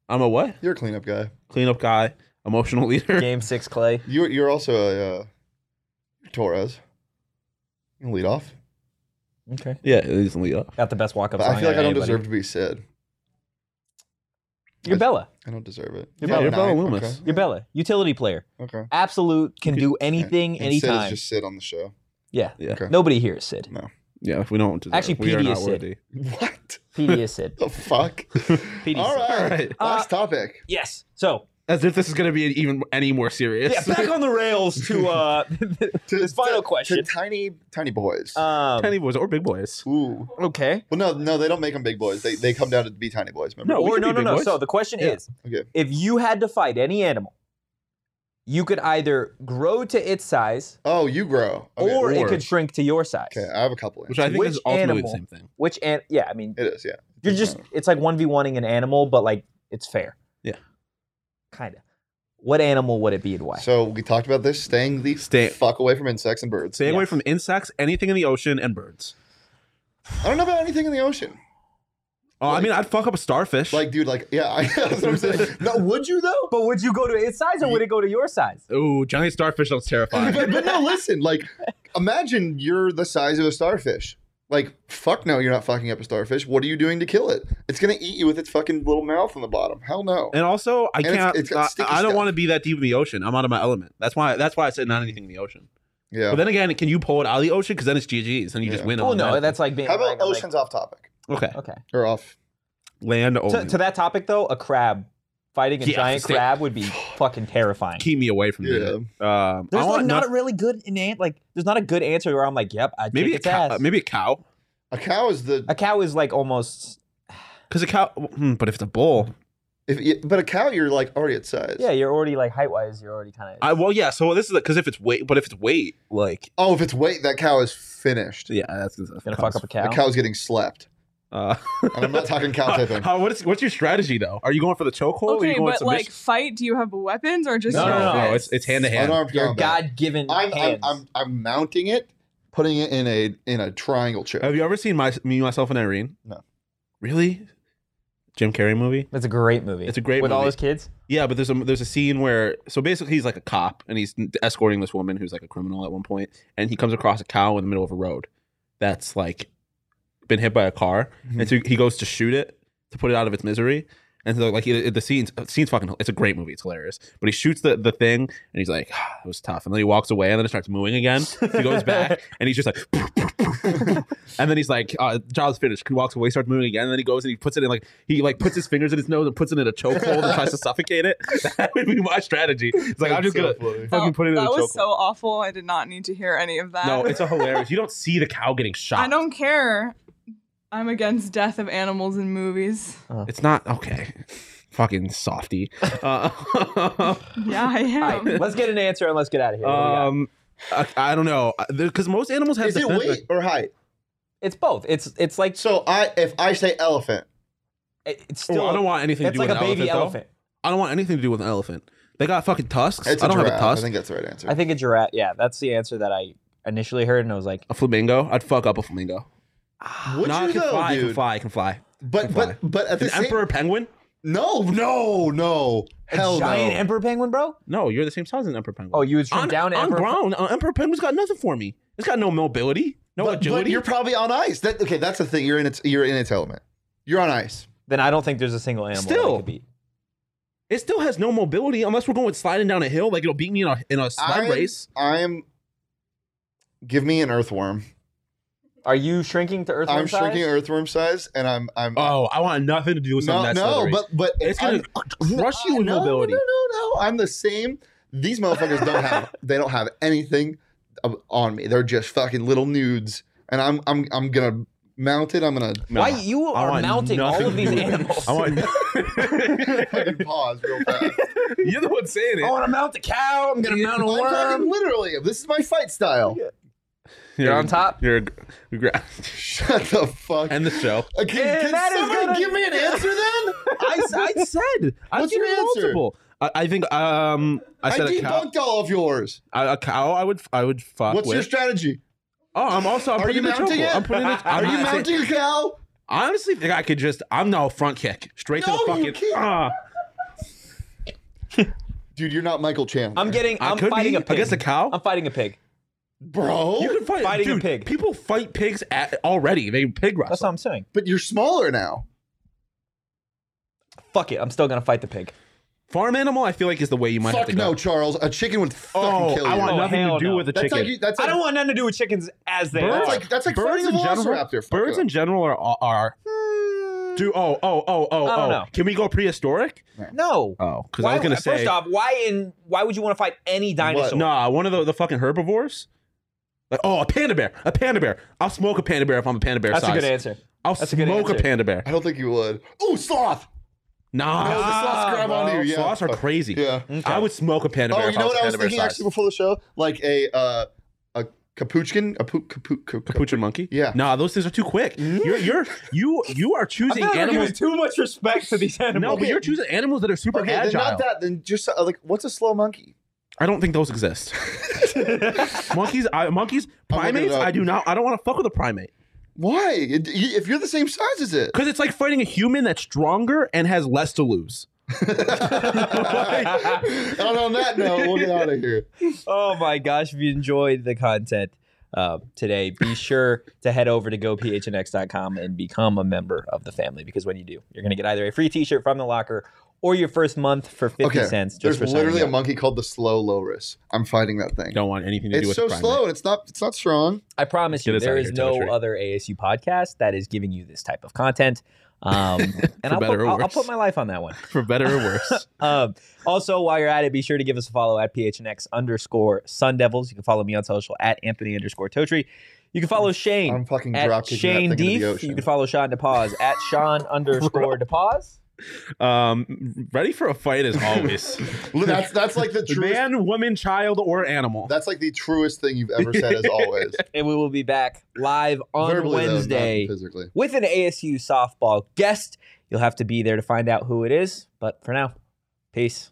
Speaker 2: I'm a what?
Speaker 3: You're a cleanup guy.
Speaker 2: Cleanup guy, emotional [LAUGHS]
Speaker 1: [LAUGHS]
Speaker 2: leader.
Speaker 1: Game six, Clay.
Speaker 3: You're you're also a uh, Torres. You can lead off.
Speaker 1: Okay.
Speaker 2: Yeah, he's in lead off.
Speaker 1: Got the best walk up
Speaker 3: But
Speaker 1: song.
Speaker 3: I feel like I
Speaker 1: out of
Speaker 3: don't
Speaker 1: anybody.
Speaker 3: deserve to be said.
Speaker 1: You're Bella.
Speaker 3: I don't deserve it.
Speaker 1: You're
Speaker 3: Yeah,
Speaker 1: Bella.
Speaker 2: You're Bella
Speaker 3: nine.
Speaker 2: Loomis.
Speaker 3: Okay.
Speaker 1: You're Bella. Utility player.
Speaker 3: Okay.
Speaker 1: Absolute can
Speaker 2: Okay.
Speaker 1: do anything,
Speaker 3: And Sid
Speaker 1: anytime.
Speaker 3: is just sit on the show.
Speaker 1: yeah.
Speaker 2: Yeah,
Speaker 3: Okay.
Speaker 1: Nobody here is Sid.
Speaker 2: yeah. If we don't deserve,
Speaker 1: Actually,
Speaker 2: we are
Speaker 1: PD
Speaker 2: not
Speaker 1: is it.
Speaker 2: worthy. [LAUGHS]
Speaker 3: What
Speaker 1: PD is Sid. [LAUGHS]
Speaker 3: the fuck?
Speaker 1: PD
Speaker 3: All
Speaker 1: Sid.
Speaker 3: right.
Speaker 2: Alright.
Speaker 3: Last
Speaker 1: Uh,
Speaker 3: topic.
Speaker 1: Yes. So
Speaker 2: As if this is gonna be an even any more serious.
Speaker 1: yeah, back on the rails to uh [LAUGHS]
Speaker 3: To,
Speaker 1: this final
Speaker 3: to-
Speaker 1: question.
Speaker 3: To tiny, tiny boys.
Speaker 1: um,
Speaker 2: [LAUGHS] Tiny boys or big boys.
Speaker 3: Ooh.
Speaker 1: Okay.
Speaker 3: Well, no, no, they don't make them big boys. They they come down to be tiny boys. Remember?
Speaker 2: No, we
Speaker 1: Oh, or
Speaker 2: can
Speaker 1: no,
Speaker 2: be
Speaker 1: no,
Speaker 2: big
Speaker 1: no.
Speaker 2: boys.
Speaker 1: So the question
Speaker 2: Yeah.
Speaker 1: is,
Speaker 3: Okay.
Speaker 1: if you had to fight any animal, you could either grow to its size
Speaker 3: Oh, you grow. Okay.
Speaker 1: or, it
Speaker 2: Or-
Speaker 1: could shrink to your size.
Speaker 3: okay, I have a couple.
Speaker 2: Which I think
Speaker 1: Which
Speaker 2: is ultimately
Speaker 1: animal?
Speaker 2: the same thing.
Speaker 1: Which and yeah, I mean,
Speaker 3: it is. Yeah.
Speaker 1: you're
Speaker 3: doesn't
Speaker 1: just
Speaker 3: matter.
Speaker 1: it's like 1v1ing an animal but like it's fair.
Speaker 2: Yeah.
Speaker 1: Kind of. What animal would it be and why?
Speaker 3: So we talked about this. Staying the
Speaker 2: Stay-
Speaker 3: fuck away from insects and birds.
Speaker 2: Stay away
Speaker 1: Yes.
Speaker 2: from insects, anything in the ocean, and birds.
Speaker 3: I don't know about anything in the ocean.
Speaker 2: Oh, I
Speaker 3: Like-
Speaker 2: mean, I'd fuck up a starfish.
Speaker 3: Like, dude, like, yeah, [LAUGHS] I, that's what I'm saying.
Speaker 2: [LAUGHS]
Speaker 3: No, would you though?
Speaker 1: but would you go to its size or would it go to your size?
Speaker 2: ooh, giant starfish sounds
Speaker 3: [LAUGHS]
Speaker 2: terrifying.
Speaker 3: But, but no, listen. Like, imagine you're the size of a starfish. Like, fuck no, you're not fucking up a starfish. What are you doing to kill it? It's gonna eat you with its fucking little mouth on the bottom. Hell no.
Speaker 2: and also, I
Speaker 3: And it's-
Speaker 2: can't.
Speaker 3: it's got
Speaker 2: I,
Speaker 3: sticky
Speaker 2: I don't
Speaker 3: stuff.
Speaker 2: want to be that deep in the ocean. I'm out of my element. That's why. That's why I said not anything in the ocean.
Speaker 3: yeah.
Speaker 2: But then again, can you pull it out of the ocean? Because then it's GG's, and you just
Speaker 3: Yeah.
Speaker 2: win.
Speaker 1: Well,
Speaker 2: on
Speaker 1: Oh, no,
Speaker 2: that.
Speaker 1: that's like being
Speaker 3: How about
Speaker 1: like- like-
Speaker 3: oceans off topic
Speaker 2: okay.
Speaker 1: Okay.
Speaker 3: or off?
Speaker 2: Land
Speaker 1: To,
Speaker 2: only.
Speaker 1: to that topic though, a crab fighting a
Speaker 2: Oh, Yeah,
Speaker 1: giant
Speaker 2: stay-
Speaker 1: crab
Speaker 2: [SIGHS]
Speaker 1: would be fucking terrifying.
Speaker 2: Keep me away from
Speaker 3: Yeah.
Speaker 2: that. Um, I
Speaker 1: There's like
Speaker 2: want
Speaker 1: not
Speaker 2: noth-
Speaker 1: a really good an- like there's not a good answer where I'm like, yep, I
Speaker 2: maybe a
Speaker 1: its
Speaker 2: cow.
Speaker 1: ass.
Speaker 2: Maybe a cow.
Speaker 3: A cow is the
Speaker 1: a cow is like almost
Speaker 2: Because a cow. hmm, but if it's a bull,
Speaker 3: If you, but a cow, you're like already at size.
Speaker 1: yeah, you're already like height wise, you're already kind of
Speaker 2: I well yeah. So this is because if it's weight, but if it's weight, like
Speaker 3: Oh, if it's weight, that cow is finished.
Speaker 2: yeah, that's that's
Speaker 1: gonna fuck up a cow.
Speaker 3: The cow's getting slept.
Speaker 2: Uh,
Speaker 3: And I'm not talking cow tipping.
Speaker 2: [LAUGHS] How- what is, what's your strategy though? Are you going for the chokehold? or are
Speaker 4: Okay,
Speaker 2: you going Oh,
Speaker 4: but like fight, do you have weapons or just
Speaker 1: No, no, no,
Speaker 2: it's it's hand to hand.
Speaker 3: Unarmed
Speaker 1: Your
Speaker 3: combat.
Speaker 1: God given
Speaker 3: I'm, I'm
Speaker 1: hands.
Speaker 3: I'm I'm mounting it, putting it in a in a triangle choke.
Speaker 1: Oh,
Speaker 2: Have you ever seen my me myself and Irene?
Speaker 3: No.
Speaker 2: Really? Jim Carrey movie?
Speaker 1: That's a great movie.
Speaker 2: It's a great
Speaker 1: with all
Speaker 2: movie.
Speaker 1: his kids.
Speaker 2: Yeah, but there's a there's a scene where so basically he's like a cop and he's escorting this woman who's like a criminal at one point, and he comes across a cow in the middle of a road that's like been hit by a car,
Speaker 3: Mm-hmm.
Speaker 2: and so he goes to shoot it to put it out of its misery. And so like it, it- the scenes the scenes fucking it's a great movie, it's hilarious. But he shoots the the thing and he's like, "Ah, it was tough, and then he walks away and then it starts moving again. So he goes
Speaker 3: [LAUGHS]
Speaker 2: back and he's just like. [LAUGHS] And then he's like, uh, job's finished. He walks away, starts moving again. And then he goes and he puts it in like he like puts his fingers in his nose and puts it in a chokehold and tries to suffocate it. [LAUGHS] That would be my strategy. It's like I'm just gonna
Speaker 3: That's so funny.
Speaker 2: fucking put it in
Speaker 4: that
Speaker 2: a
Speaker 4: was
Speaker 2: chokehold.
Speaker 4: so awful. I did not need to hear any of that.
Speaker 2: no, it's a hilarious. You don't see the cow
Speaker 4: [LAUGHS]
Speaker 2: getting shot.
Speaker 4: I don't care. I'm against death of animals in
Speaker 2: [LAUGHS]
Speaker 4: movies.
Speaker 2: It's not okay. [LAUGHS] Fucking
Speaker 1: [LAUGHS]
Speaker 2: softy. Uh,
Speaker 4: Yeah, I
Speaker 1: All
Speaker 4: am.
Speaker 1: right, let's get an answer and let's get out of here. What do we got?
Speaker 2: um, I, I don't know because most animals have
Speaker 3: Is
Speaker 2: the
Speaker 3: it weight or height?
Speaker 1: it's both. It's it's like
Speaker 3: So I if I say elephant,
Speaker 1: it- it's still.
Speaker 2: Oh, I don't want anything to
Speaker 1: It's
Speaker 2: do
Speaker 1: like
Speaker 2: with
Speaker 1: a baby
Speaker 2: an elephant. though.
Speaker 1: elephant.
Speaker 2: I don't want anything to do with an elephant. They got fucking tusks.
Speaker 3: it's a
Speaker 2: I don't
Speaker 3: giraffe.
Speaker 2: have a tusk.
Speaker 3: I think that's the right answer.
Speaker 1: I think a giraffe. Yeah, that's the answer that I initially heard, and I was like,
Speaker 2: a flamingo. I'd fuck up a flamingo.
Speaker 3: Would
Speaker 2: No, I
Speaker 3: you
Speaker 2: can
Speaker 3: though,
Speaker 2: fly, I can
Speaker 3: dude?
Speaker 2: fly, I can fly.
Speaker 3: But but but at the
Speaker 2: An
Speaker 3: same
Speaker 2: emperor penguin?
Speaker 3: no no no hell
Speaker 1: a giant
Speaker 3: no.
Speaker 1: emperor penguin, bro.
Speaker 2: No, you're the same size as an emperor penguin.
Speaker 1: Oh, you would shrink
Speaker 2: I'm,
Speaker 1: down to
Speaker 2: I'm
Speaker 1: emperor.
Speaker 2: grown. Uh, emperor penguin's got nothing for me. It's got no mobility, no
Speaker 3: but, but
Speaker 2: agility.
Speaker 3: you're probably on ice. That okay? That's the thing. You're in its you're in its element. You're on ice.
Speaker 1: Then I don't think there's a single animal that it
Speaker 2: Still.
Speaker 1: could beat.
Speaker 2: it still has no mobility unless we're going sliding down a hill. Like it'll beat me in a in a sled
Speaker 3: I'm-
Speaker 2: race.
Speaker 3: I'm. Give me an earthworm.
Speaker 1: Are you shrinking to earthworm
Speaker 3: I'm
Speaker 1: size?
Speaker 3: shrinking earthworm size, and I'm I'm.
Speaker 2: Oh, I want nothing to do with
Speaker 3: no,
Speaker 2: something that's
Speaker 3: no,
Speaker 2: sled race.
Speaker 3: but but
Speaker 2: it's gonna
Speaker 3: I'm-
Speaker 2: crush you with
Speaker 3: no,
Speaker 2: mobility.
Speaker 3: No, no, no, I'm the same. These motherfuckers don't have [LAUGHS] they don't have anything of- on me. They're just fucking little nudes, and I'm I'm I'm gonna mount it. I'm
Speaker 1: [LAUGHS]
Speaker 3: gonna
Speaker 1: Why you
Speaker 2: I
Speaker 1: are
Speaker 2: want
Speaker 1: mounting all
Speaker 2: nothing
Speaker 1: of
Speaker 2: to
Speaker 1: these
Speaker 2: do with it.
Speaker 1: animals?
Speaker 2: I want. [LAUGHS]
Speaker 3: fucking pause real fast.
Speaker 2: you're the one
Speaker 1: [LAUGHS]
Speaker 2: saying
Speaker 1: I
Speaker 2: it.
Speaker 1: want to mount a cow. I'm gonna mount a
Speaker 3: I'm
Speaker 1: worm.
Speaker 3: talking literally. This is my fight style.
Speaker 1: You're on top.
Speaker 2: You're. a gra- [LAUGHS]
Speaker 3: Shut the fuck.
Speaker 2: End the show.
Speaker 3: Uh, can
Speaker 1: And
Speaker 3: can
Speaker 1: that is
Speaker 3: somebody
Speaker 1: gonna-
Speaker 3: give me an answer then? [LAUGHS]
Speaker 2: I, I said. I
Speaker 3: What's
Speaker 2: gave
Speaker 3: your
Speaker 2: you
Speaker 3: answer?
Speaker 2: Multiple. I, I think um [LAUGHS] I
Speaker 3: I,
Speaker 2: said a cow.
Speaker 3: debunked all of yours.
Speaker 2: A, a cow. I would I would fuck
Speaker 3: What's
Speaker 2: with.
Speaker 3: your strategy?
Speaker 2: oh, I'm also. I'm
Speaker 3: Are you
Speaker 2: putting in the
Speaker 3: mounting
Speaker 2: chokehold.
Speaker 3: it?
Speaker 2: I'm putting. in the-
Speaker 3: Are
Speaker 2: I'm
Speaker 3: you
Speaker 2: not saying-
Speaker 3: mounting a cow?
Speaker 2: I honestly think I could just. I'm no front kick straight to
Speaker 3: No,
Speaker 2: the fucking.
Speaker 3: you can't.
Speaker 2: Ah.
Speaker 3: Dude, you're not Michael Chandler.
Speaker 1: I'm getting.
Speaker 2: I
Speaker 1: I'm
Speaker 2: could
Speaker 1: fighting
Speaker 2: be
Speaker 1: a pig.
Speaker 2: against a cow?
Speaker 1: I'm fighting a pig.
Speaker 3: bro.
Speaker 2: You can fight
Speaker 1: Oh, Fighting a
Speaker 2: dude,
Speaker 1: pig.
Speaker 2: People fight pigs at, already. They pig wrestle.
Speaker 1: That's what I'm saying.
Speaker 3: but you're smaller now.
Speaker 1: Fuck it. I'm still gonna fight the pig.
Speaker 2: Farm animal. I feel like is the way you might have
Speaker 3: Fuck
Speaker 2: to
Speaker 3: no,
Speaker 2: go.
Speaker 3: Charles. A chicken would fucking
Speaker 2: Oh,
Speaker 3: kill you.
Speaker 2: I want
Speaker 1: Oh,
Speaker 2: nothing
Speaker 1: hell
Speaker 2: to do
Speaker 1: no.
Speaker 2: with a
Speaker 3: that's
Speaker 2: chicken.
Speaker 3: like you, that's
Speaker 1: I
Speaker 3: like-
Speaker 1: don't want nothing to do with chickens as they
Speaker 3: That's
Speaker 1: are.
Speaker 3: like that's like
Speaker 2: birds
Speaker 3: friends
Speaker 2: in
Speaker 3: of
Speaker 2: general.
Speaker 3: Velociraptor. Fuck
Speaker 2: Birds
Speaker 3: it.
Speaker 2: in general are are.
Speaker 3: [LAUGHS]
Speaker 2: are do oh oh oh oh
Speaker 1: I don't
Speaker 2: oh.
Speaker 1: know.
Speaker 2: Can we go prehistoric?
Speaker 1: no.
Speaker 2: Oh, because I was
Speaker 1: Why-
Speaker 2: gonna say.
Speaker 1: First off, why in why would you want to fight any dinosaur?
Speaker 2: Nah, one of the, the fucking herbivores. Like, oh, a panda bear, a panda bear. I'll smoke a panda bear if I'm a panda bear
Speaker 1: That's
Speaker 2: size.
Speaker 1: a good answer.
Speaker 2: I'll
Speaker 1: That's a good
Speaker 2: smoke a,
Speaker 1: answer.
Speaker 2: panda bear.
Speaker 3: I don't think you would. Ooh, sloth.
Speaker 2: Nah,
Speaker 3: No, the sloths grab onto
Speaker 2: Ah, bro.
Speaker 3: you, yeah.
Speaker 2: Sloths are
Speaker 3: Fuck.
Speaker 2: crazy. Mm,
Speaker 3: Yeah.
Speaker 2: I would smoke a panda bear.
Speaker 3: Oh,
Speaker 2: if
Speaker 3: you know
Speaker 2: was
Speaker 3: what
Speaker 2: a
Speaker 3: I was
Speaker 2: panda bear
Speaker 3: thinking
Speaker 2: size.
Speaker 3: actually before the show, like a uh, a capuchin, a poop, capu, ca- ca-
Speaker 2: Capuchin monkey?
Speaker 3: Yeah. Mm.
Speaker 2: Nah, those things are too quick. You're you're you you are
Speaker 1: I
Speaker 2: choosing
Speaker 1: feel like we're giving
Speaker 2: animals.
Speaker 1: too much respect to these
Speaker 2: No,
Speaker 1: animals.
Speaker 2: but you're choosing animals that are super
Speaker 3: Okay, then
Speaker 2: agile.
Speaker 3: not that. Then just uh, like, what's a slow monkey?
Speaker 2: I don't think those
Speaker 3: [LAUGHS]
Speaker 2: exist. monkeys, I, monkeys,
Speaker 3: I'm looking it
Speaker 2: primates.
Speaker 3: up.
Speaker 2: I do not. I don't want to fuck with a primate
Speaker 3: Why? It- y- If you're the same size
Speaker 2: [LAUGHS]
Speaker 3: as it,
Speaker 2: because it's like fighting a human that's stronger and has less to lose.
Speaker 3: [LAUGHS] and on that note, we'll get out of here.
Speaker 1: Oh my gosh, if you enjoyed the content uh, today, be sure to head over to gophnx.com and become a member of the family because when you do, you're going to get either a free t shirt from the locker or your first month for 50
Speaker 3: Okay,
Speaker 1: cents. Just
Speaker 3: there's
Speaker 1: for signing
Speaker 3: literally a
Speaker 1: up.
Speaker 3: monkey called the slow loris. I'm fighting that thing.
Speaker 2: Don't want anything to do
Speaker 3: it's
Speaker 2: with
Speaker 3: so
Speaker 2: a primate.
Speaker 3: slow and it's not it's not strong.
Speaker 1: I promise
Speaker 2: Get
Speaker 1: you,
Speaker 2: us
Speaker 1: there
Speaker 2: outta
Speaker 1: is
Speaker 2: here,
Speaker 1: no
Speaker 2: Tyler Tree.
Speaker 1: other ASU podcast that is giving you this type of
Speaker 2: [LAUGHS]
Speaker 1: content. Um, and I'll
Speaker 2: better
Speaker 1: put,
Speaker 2: or
Speaker 1: I'll, I'll
Speaker 2: worse.
Speaker 1: put my life on that one.
Speaker 2: for better or
Speaker 3: [LAUGHS]
Speaker 2: worse.
Speaker 1: Um, also, while you're at it, be sure to give us a follow at PHNX underscore Sun Devils. You can follow me on social at Anthony underscore Totri. You can follow Shane.
Speaker 3: I'm fucking
Speaker 1: at
Speaker 3: drop kicking
Speaker 1: Shane
Speaker 3: that thing into the
Speaker 1: Deef.
Speaker 3: ocean.
Speaker 1: You can follow Sean DePause
Speaker 3: [LAUGHS]
Speaker 1: at Sean underscore DePause.
Speaker 2: um, ready for a fight as always.
Speaker 3: that's that's
Speaker 1: [LAUGHS]
Speaker 3: like the truest.
Speaker 2: Man, woman, child, or animal.
Speaker 3: That's like the truest thing you've ever
Speaker 1: [LAUGHS]
Speaker 3: said, as always.
Speaker 1: And we will be back live on
Speaker 3: Verbally, though, not
Speaker 1: Wednesday
Speaker 3: physically.
Speaker 1: with an ASU softball guest. You'll have to be there to find out who it is. But for now, peace.